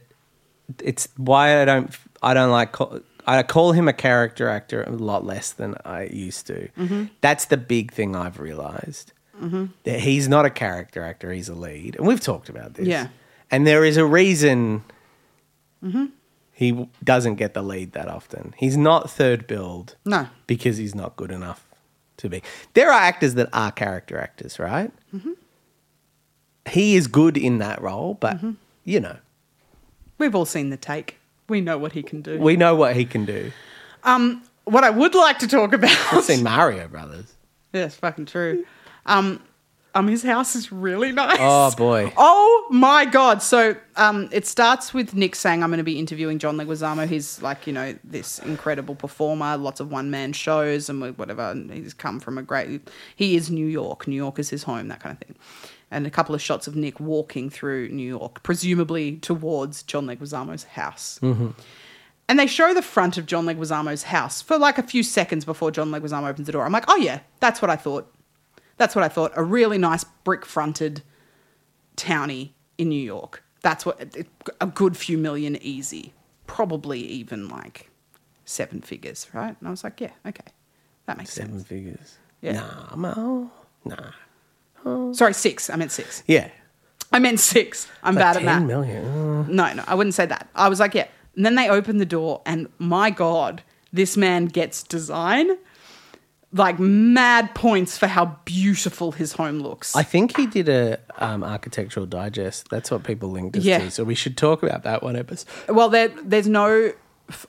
Speaker 2: it's why I don't I don't like call, I call him a character actor a lot less than I used to.
Speaker 1: Mm-hmm.
Speaker 2: That's the big thing I've realized that he's not a character actor; he's a lead, and we've talked about this.
Speaker 1: Yeah. Mm-hmm.
Speaker 2: and there is a reason he w- doesn't get the lead that often. He's not third build,
Speaker 1: No.
Speaker 2: because he's not good enough to be. There are actors that are character actors, right? He is good in that role, but you know,
Speaker 1: We've all seen the take. We know what he can do.
Speaker 2: we know what he can do.
Speaker 1: um, what I would like to talk about.
Speaker 2: I've seen Mario Brothers.
Speaker 1: That's fucking true. Um, Um, his house is really nice.
Speaker 2: Oh, boy.
Speaker 1: Oh my god! So um, it starts with Nick saying, "I'm going to be interviewing John Leguizamo. He's like, you know, this incredible performer, lots of one man shows and whatever. And he's come from a great. He is New York. New York is his home. That kind of thing." And a couple of shots of Nick walking through New York, presumably towards John Leguizamo's house. And they show the front of John Leguizamo's house for like a few seconds before John Leguizamo opens the door. I'm like, oh yeah, that's what I thought. That's what I thought. A really nice brick fronted townie in New York. That's what it- a good few million easy, probably even like seven figures, right? And I was like, yeah, okay, that makes
Speaker 2: Seven
Speaker 1: sense.
Speaker 2: figures.
Speaker 1: Yeah.
Speaker 2: Nah, Mo. Nah.
Speaker 1: Sorry, six. I meant six.
Speaker 2: Yeah.
Speaker 1: I meant six. I'm
Speaker 2: Like
Speaker 1: bad at
Speaker 2: 10
Speaker 1: that.
Speaker 2: million. Uh,
Speaker 1: No, no, I wouldn't say that. I was like, yeah. And then they opened the door, and my God, this man gets design. Like mad points for how beautiful his home looks.
Speaker 2: I think he did a um, architectural digest. That's what people linked us
Speaker 1: Yeah.
Speaker 2: to. So we should talk about that one episode.
Speaker 1: well, there, there's no,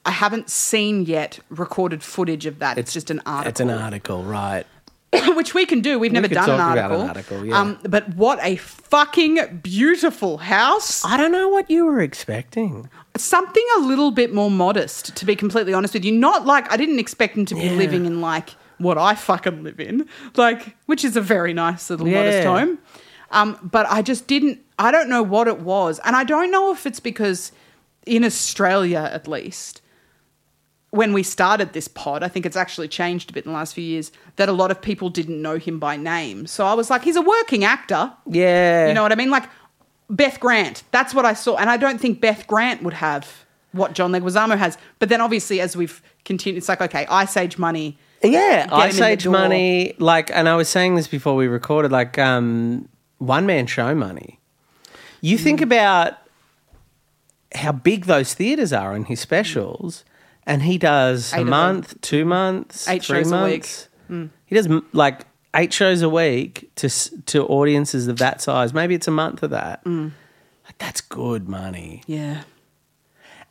Speaker 1: I haven't seen yet recorded footage of that. It's, just an article.
Speaker 2: It's an article, right?
Speaker 1: which we can do. We've never
Speaker 2: could
Speaker 1: done an
Speaker 2: talk
Speaker 1: article.
Speaker 2: about an article, yeah.
Speaker 1: um, but what a fucking beautiful house.
Speaker 2: I don't know what you were expecting.
Speaker 1: something a little bit more modest, to be completely honest with you. Not like I didn't expect him to be
Speaker 2: Yeah.
Speaker 1: living in like what I fucking live in, like which is a very nice little modest
Speaker 2: Yeah.
Speaker 1: home. Um, but I just didn't. I don't know what it was, and I don't know if it's because in Australia, at least, when we started this pod, I think it's actually changed a bit in the last few years. That a lot of people didn't know him by name, so I was like, he's a working actor.
Speaker 2: Yeah.
Speaker 1: You know what I mean? Like Beth Grant. That's what I saw. And I don't think Beth Grant would have what John Leguizamo has. But then obviously, as we've continued, it's like, okay, Ice Age money.
Speaker 2: Yeah,
Speaker 1: Get him
Speaker 2: Ice
Speaker 1: in the
Speaker 2: Age
Speaker 1: door.
Speaker 2: money. Like, and I was saying this before we recorded. Like, um, one man show money. You
Speaker 1: Mm.
Speaker 2: think about how big those theaters are in his specials, and he does
Speaker 1: Eight
Speaker 2: a
Speaker 1: of them.
Speaker 2: month, two months,
Speaker 1: Eight
Speaker 2: three
Speaker 1: shows a week. Mm.
Speaker 2: months. He does m- like eight shows a week to s- to audiences of that size. Maybe it's a month of that.
Speaker 1: Mm.
Speaker 2: Like, that's good money
Speaker 1: Yeah.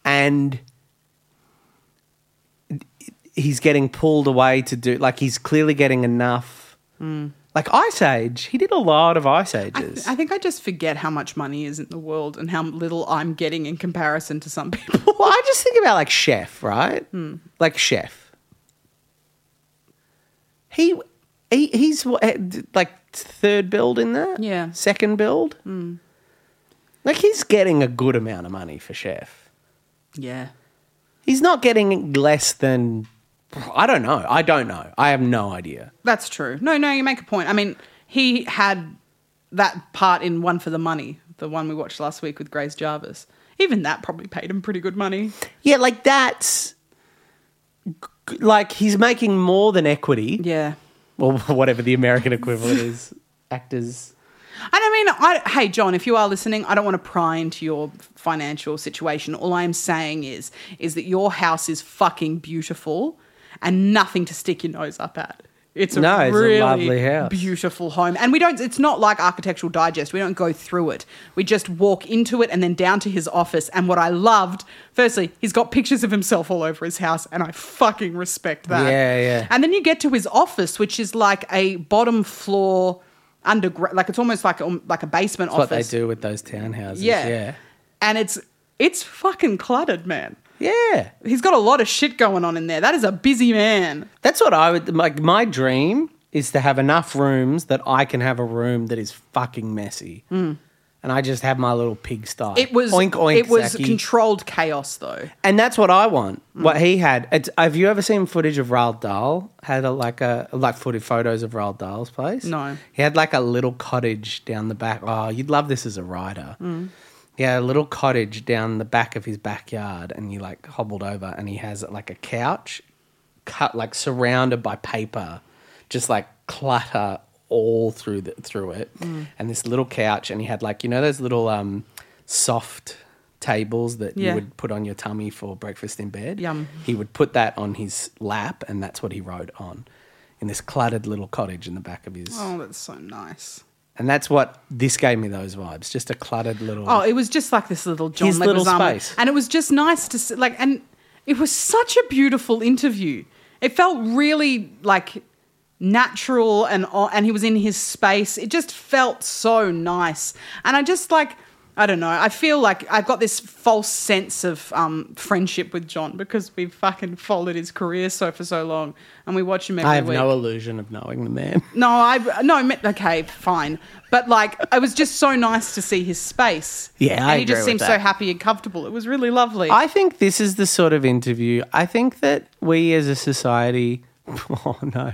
Speaker 2: and he's getting pulled away to do like he's clearly getting enough like ice age he did a lot of ice
Speaker 1: Hmm. I, th-
Speaker 2: ages
Speaker 1: I think I just forget how much money is in the world and how little I'm getting in comparison to some people.
Speaker 2: well i just think about like chef right
Speaker 1: Hmm.
Speaker 2: like chef he, he he's what, eh, d- like third build in that
Speaker 1: Yeah. Hmm.
Speaker 2: second build like he's getting a good amount of money for chef
Speaker 1: yeah.
Speaker 2: He's not getting less than. I don't know. I don't know. I have no idea.
Speaker 1: That's true. No, no, you make a point. I mean, he had that part in One for the Money, the one we watched last week with Grace Jarvis. Even that probably paid him pretty good money.
Speaker 2: Yeah, like that's. g- Like he's making more than equity,
Speaker 1: Yeah.
Speaker 2: or whatever the American equivalent is. Actors.
Speaker 1: And I mean, I, hey, John, if you are listening, I don't want to pry into your financial situation. All I am saying is, is that your house is fucking beautiful and nothing to stick your nose up at. It's a
Speaker 2: No, it's a
Speaker 1: really
Speaker 2: lovely house.
Speaker 1: beautiful home. And we don't, it's not like Architectural Digest. We don't go through it. We just walk into it and then down to his office. And what I loved, firstly, he's got pictures of himself all over his house. And I fucking respect that.
Speaker 2: Yeah, yeah.
Speaker 1: And then you get to his office, which is like a bottom floor underground, like it's almost like um, like a basement
Speaker 2: What they
Speaker 1: office.
Speaker 2: do with those townhouses.
Speaker 1: Yeah.
Speaker 2: Yeah.
Speaker 1: And it's it's fucking cluttered, man.
Speaker 2: Yeah.
Speaker 1: He's got a lot of shit going on in there. That is a busy man.
Speaker 2: That's what I would like. My dream is to have enough rooms that I can have a room that is fucking messy, and I just have my little pigsty.
Speaker 1: It was
Speaker 2: oink oink.
Speaker 1: it was
Speaker 2: Zaki.
Speaker 1: controlled chaos though.
Speaker 2: And that's what I want.
Speaker 1: Mm.
Speaker 2: What he had. It's, have you ever seen footage of Raoul Dahl? Had a, like a like footage photos of Raoul Dahl's place.
Speaker 1: No.
Speaker 2: he had like a little cottage down the back. Oh, you'd love this as a writer.
Speaker 1: Mm.
Speaker 2: He had a little cottage down the back of his backyard, and he like hobbled over, and he has like a couch, cut like surrounded by paper, just like clutter all through the, through it,
Speaker 1: Mm.
Speaker 2: and this little couch, and he had like you know those little um soft tables that
Speaker 1: Yeah.
Speaker 2: you would put on your tummy for breakfast in bed.
Speaker 1: Yum.
Speaker 2: He would put that on his lap, and that's what he wrote on in this cluttered little cottage in the back of his.
Speaker 1: Oh, that's so nice.
Speaker 2: And that's what this gave me those vibes. Just a cluttered little.
Speaker 1: Oh, it was just like this little John
Speaker 2: His little
Speaker 1: Leguizamo.
Speaker 2: space.
Speaker 1: and it was just nice to see, like, and it was such a beautiful interview. It felt really like natural and and he was in his space. It just felt so nice. And I just like I don't know. I feel like I've got this false sense of um, friendship with John because we've fucking followed his career so for so long, and we watch him every
Speaker 2: I have
Speaker 1: week.
Speaker 2: no illusion of knowing the man.
Speaker 1: No, I no. I meant- Okay, fine. But like, it was just so nice to see his space.
Speaker 2: Yeah,
Speaker 1: and
Speaker 2: I
Speaker 1: he just
Speaker 2: agree
Speaker 1: seemed
Speaker 2: with
Speaker 1: so
Speaker 2: that.
Speaker 1: happy and comfortable. It was really lovely.
Speaker 2: I think this is the sort of interview. I think that we as a society. Oh no,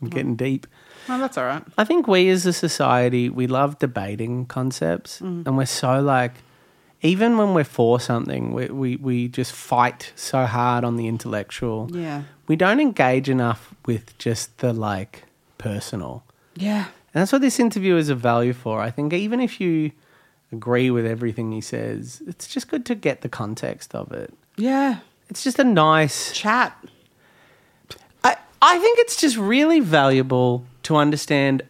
Speaker 2: I'm getting deep.
Speaker 1: no, that's all right.
Speaker 2: I think we as a society, we love debating concepts and we're so like, even when we're for something, we, we, we just fight so hard on the intellectual.
Speaker 1: Yeah.
Speaker 2: We don't engage enough with just the like personal.
Speaker 1: Yeah,
Speaker 2: And that's what this interview is of value for. I think even if you agree with everything he says, it's just good to get the context of it.
Speaker 1: yeah.
Speaker 2: It's just a nice
Speaker 1: Chat.
Speaker 2: I, I think it's just really valuable to understand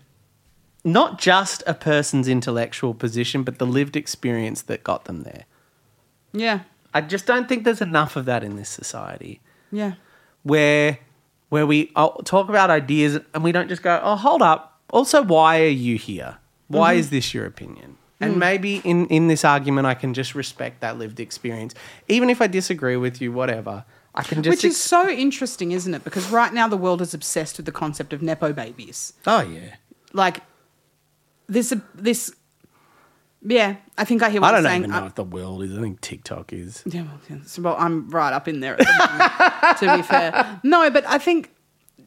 Speaker 2: not just a person's intellectual position, but the lived experience that got them there.
Speaker 1: Yeah,
Speaker 2: I just don't think there's enough of that in this society
Speaker 1: yeah,
Speaker 2: where where we uh, talk about ideas and we don't just go, oh, hold up. Also, why are you here? Why
Speaker 1: Mm-hmm.
Speaker 2: is this your opinion?
Speaker 1: Mm.
Speaker 2: And maybe in, in this argument, I can just respect that lived experience. Even if I disagree with you, whatever, I can just.
Speaker 1: which is
Speaker 2: ex-
Speaker 1: so interesting, isn't it? Because right now the world is obsessed with the concept of nepo babies.
Speaker 2: oh, yeah.
Speaker 1: Like this, this. Yeah, I think I hear what
Speaker 2: I
Speaker 1: you're
Speaker 2: don't
Speaker 1: saying.
Speaker 2: even
Speaker 1: I-
Speaker 2: know if the world is. I think TikTok is.
Speaker 1: Yeah, well, yeah, so, well, I'm right up in there. At the moment, to be fair, no, but I think,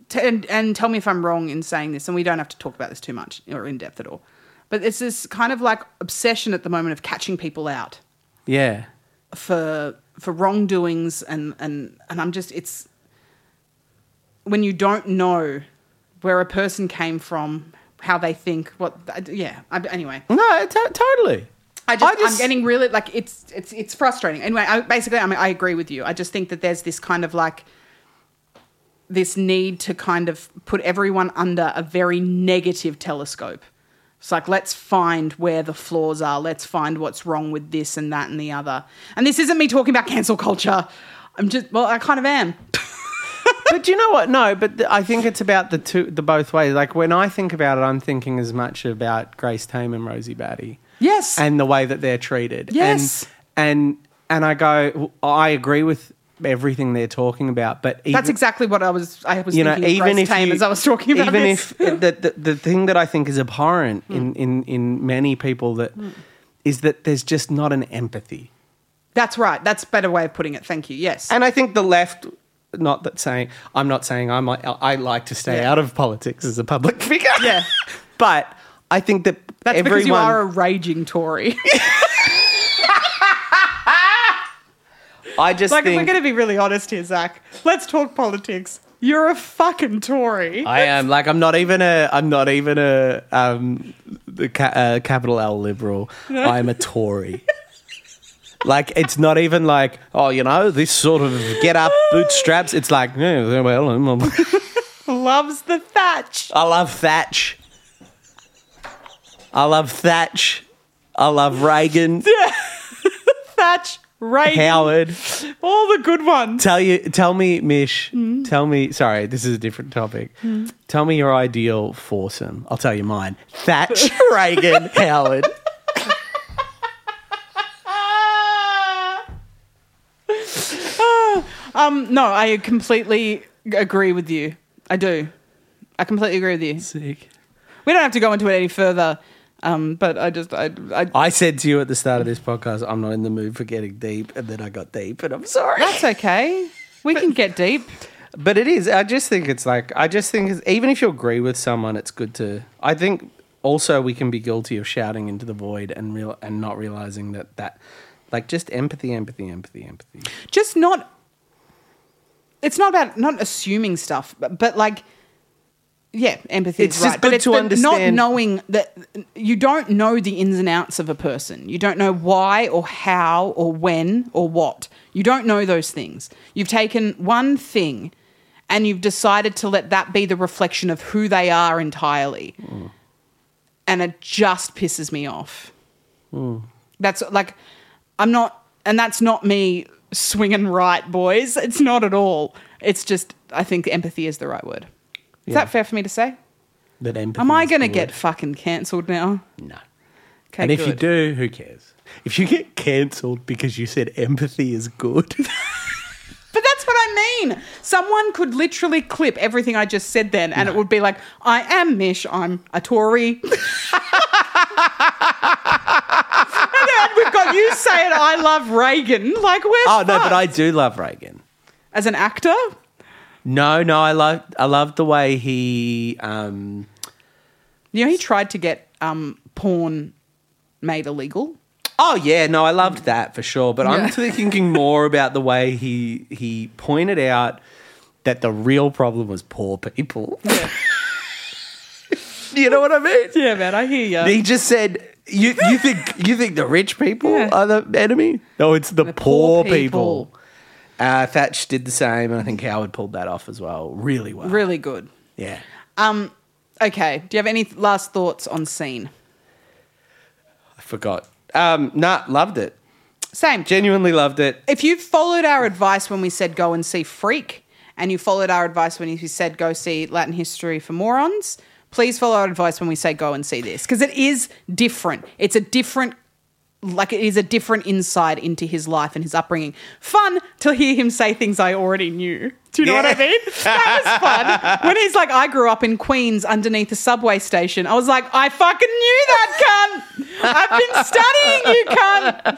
Speaker 1: t- and, and tell me if I'm wrong in saying this, and we don't have to talk about this too much or in depth at all. But it's this kind of like obsession at the moment of catching people out
Speaker 2: Yeah.
Speaker 1: for for wrongdoings, and and and I'm just it's when you don't know where a person came from, how they think, what, yeah. I, anyway,
Speaker 2: No, t- totally.
Speaker 1: I just,
Speaker 2: I just-
Speaker 1: I'm getting really like it's it's it's frustrating. Anyway, I, basically, I mean, I agree with you. I just think that there's this kind of like this need to kind of put everyone under a very negative telescope. It's like let's find where the flaws are. Let's find what's wrong with this and that and the other. And this isn't me talking about cancel culture. I'm just well, I kind of am.
Speaker 2: But do you know what? No, but th- I think it's about the two, the both ways. Like when I think about it, I'm thinking as much about Grace Tame and Rosie Batty.
Speaker 1: Yes.
Speaker 2: And the way that they're treated.
Speaker 1: Yes.
Speaker 2: And and, and I go, w- I agree with everything they're talking about, but even,
Speaker 1: That's exactly what I was. I was
Speaker 2: you know,
Speaker 1: thinking of
Speaker 2: even
Speaker 1: Grace
Speaker 2: if
Speaker 1: Tame
Speaker 2: you-
Speaker 1: as I was talking about
Speaker 2: even
Speaker 1: this. Hmm.
Speaker 2: if the, the the thing that I think is abhorrent in in in many people that is that there's just not an empathy.
Speaker 1: That's right. That's a better way of putting it. Thank you. Yes.
Speaker 2: And I think the left, not that saying, I'm not saying I'm, I, I like to stay
Speaker 1: Yeah.
Speaker 2: out of politics as a public figure.
Speaker 1: Yeah.
Speaker 2: but I think that
Speaker 1: That's
Speaker 2: everyone.
Speaker 1: because you are a raging Tory.
Speaker 2: I just
Speaker 1: Like,
Speaker 2: think.
Speaker 1: if we're going to be really honest here, Zach, let's talk politics. You're a fucking Tory.
Speaker 2: I am like I'm not even a I'm not even a um the ca- uh, capital L liberal. I'm a Tory. like it's not even like oh you know this sort of get up bootstraps. It's like yeah, well I'm, I'm-
Speaker 1: Loves the thatch.
Speaker 2: I love Thatch. I love Thatch. I love Reagan,
Speaker 1: Thatch, Reagan,
Speaker 2: Howard.
Speaker 1: all the good ones.
Speaker 2: Tell you, tell me, Mish.
Speaker 1: Hmm?
Speaker 2: Tell me. Sorry, this is a different topic. Tell me your ideal foursome. I'll tell you mine. Thatch, Reagan, Howard.
Speaker 1: Ah. Um, no, I completely agree with you. I do. I completely agree with you.
Speaker 2: Sick.
Speaker 1: We don't have to go into it any further. Um, but I just, I, I,
Speaker 2: I said to you at the start of this podcast, I'm not in the mood for getting deep, and then I got deep, and I'm sorry.
Speaker 1: that's okay. We can get deep.
Speaker 2: But it is. I just think it's like I just think it's, even if you agree with someone, it's good to. I think also we can be guilty of shouting into the void and real and not realizing that that like just empathy, empathy, empathy, empathy.
Speaker 1: just not it's not about not assuming stuff but, but like yeah empathy
Speaker 2: It's
Speaker 1: is
Speaker 2: just
Speaker 1: right but
Speaker 2: good
Speaker 1: it's
Speaker 2: to
Speaker 1: the not
Speaker 2: understand-
Speaker 1: knowing that you don't know the ins and outs of a person you don't know why or how or when or what you don't know those things you've taken one thing and you've decided to let that be the reflection of who they are entirely
Speaker 2: Mm.
Speaker 1: and it just pisses me off that's like, I'm not, and that's not me swinging right, boys. It's not at all. It's just, I think empathy is the right word. Is that fair for me to say?
Speaker 2: That empathy
Speaker 1: Am I
Speaker 2: is
Speaker 1: going to
Speaker 2: the
Speaker 1: get
Speaker 2: word.
Speaker 1: fucking cancelled now?
Speaker 2: no?
Speaker 1: Okay,
Speaker 2: And if you
Speaker 1: good.
Speaker 2: do, who cares? If you get cancelled because you said empathy is good,
Speaker 1: But that's what I mean. Someone could literally clip everything I just said then, and it would be like, I am Mish, I'm a Tory. and then we've got you saying, I love Reagan. Like, where's
Speaker 2: oh no, but I do love Reagan.
Speaker 1: As an actor?
Speaker 2: No, no, I love I love the way he um,
Speaker 1: You know, he tried to get um, porn made illegal.
Speaker 2: Oh yeah, no, I loved that for sure. But I'm thinking more about the way he he pointed out that the real problem was poor people. you know what I mean?
Speaker 1: Yeah, man, I hear you.
Speaker 2: He just said, "You you think you think the rich people
Speaker 1: Yeah.
Speaker 2: are the enemy? No, it's the,
Speaker 1: poor
Speaker 2: poor, people."
Speaker 1: people.
Speaker 2: Uh, Thatch did the same, and I think Howard pulled that off as well, really well.
Speaker 1: Really good.
Speaker 2: yeah.
Speaker 1: Um, okay, do you have any last thoughts on scene?
Speaker 2: I forgot. Um, nah, loved it.
Speaker 1: Same.
Speaker 2: Genuinely loved it.
Speaker 1: if you followed our advice when we said go and see Freak, and you followed our advice when we said go see Latin History for Morons, please follow our advice when we say go and see this because it is different. It's a different. Like it is a different insight into his life and his upbringing. Fun to hear him say things I already knew. Do you know what I
Speaker 2: Yeah.
Speaker 1: mean? That was fun. When he's like, I grew up in Queens underneath a subway station. I was like, I fucking knew that cunt. I've been studying you,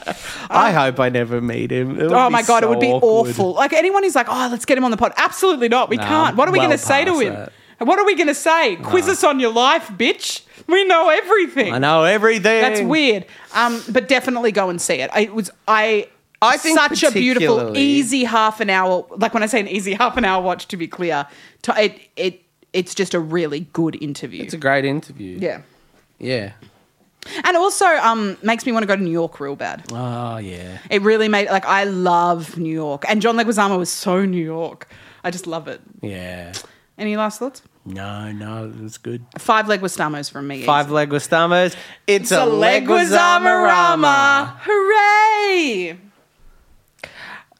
Speaker 1: cunt.
Speaker 2: I hope I never meet him. It would
Speaker 1: Oh
Speaker 2: be
Speaker 1: my god, it
Speaker 2: so
Speaker 1: would be
Speaker 2: awkward.
Speaker 1: awful. Like anyone who's like, oh, let's get him on the pod. Absolutely not. We
Speaker 2: Nah,
Speaker 1: can't. What are we
Speaker 2: well
Speaker 1: going to say to
Speaker 2: past
Speaker 1: him?
Speaker 2: that.
Speaker 1: What are we going to say? Quiz us on your life, bitch. We know everything.
Speaker 2: I know everything.
Speaker 1: That's weird. Um, but definitely go and see it. I, it was I.
Speaker 2: I think
Speaker 1: such a beautiful,
Speaker 2: particularly-
Speaker 1: easy half an hour. Like when I say an easy half an hour watch, to be clear, to, it it it's just a really good interview.
Speaker 2: It's a great interview.
Speaker 1: yeah,
Speaker 2: Yeah.
Speaker 1: and also um, makes me want to go to New York real bad.
Speaker 2: Oh yeah.
Speaker 1: It really made like I love New York, and John Leguizamo was so New York. I just love it.
Speaker 2: Yeah.
Speaker 1: Any last thoughts?
Speaker 2: No, no, it was good.
Speaker 1: Five leguistamo's from me.
Speaker 2: Five leguistamas.
Speaker 1: It's
Speaker 2: It's,
Speaker 1: a
Speaker 2: a leguizamarama.
Speaker 1: leguizamarama. Hooray!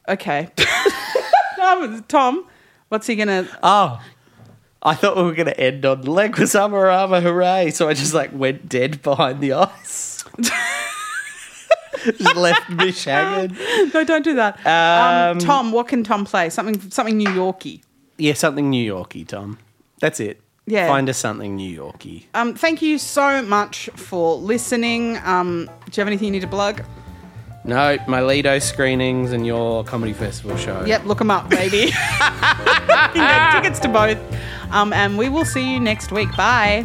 Speaker 1: Okay. Um, Tom, what's he gonna?
Speaker 2: Oh. I thought we were going to end on leguizamarama hooray. So I just like went dead behind the eyes. just left Mish hanging.
Speaker 1: no, don't do that. Um, Tom, what can Tom play? Something, something New Yorky.
Speaker 2: Yeah, something New Yorky, Tom. That's it.
Speaker 1: Yeah.
Speaker 2: Find us something New Yorky.
Speaker 1: Um, thank you so much for listening. Um, do you have anything you need to plug?
Speaker 2: No, my Lido screenings and your comedy festival show.
Speaker 1: Yep, look them up, baby. you get tickets to both. Um, and we will see you next week. Bye.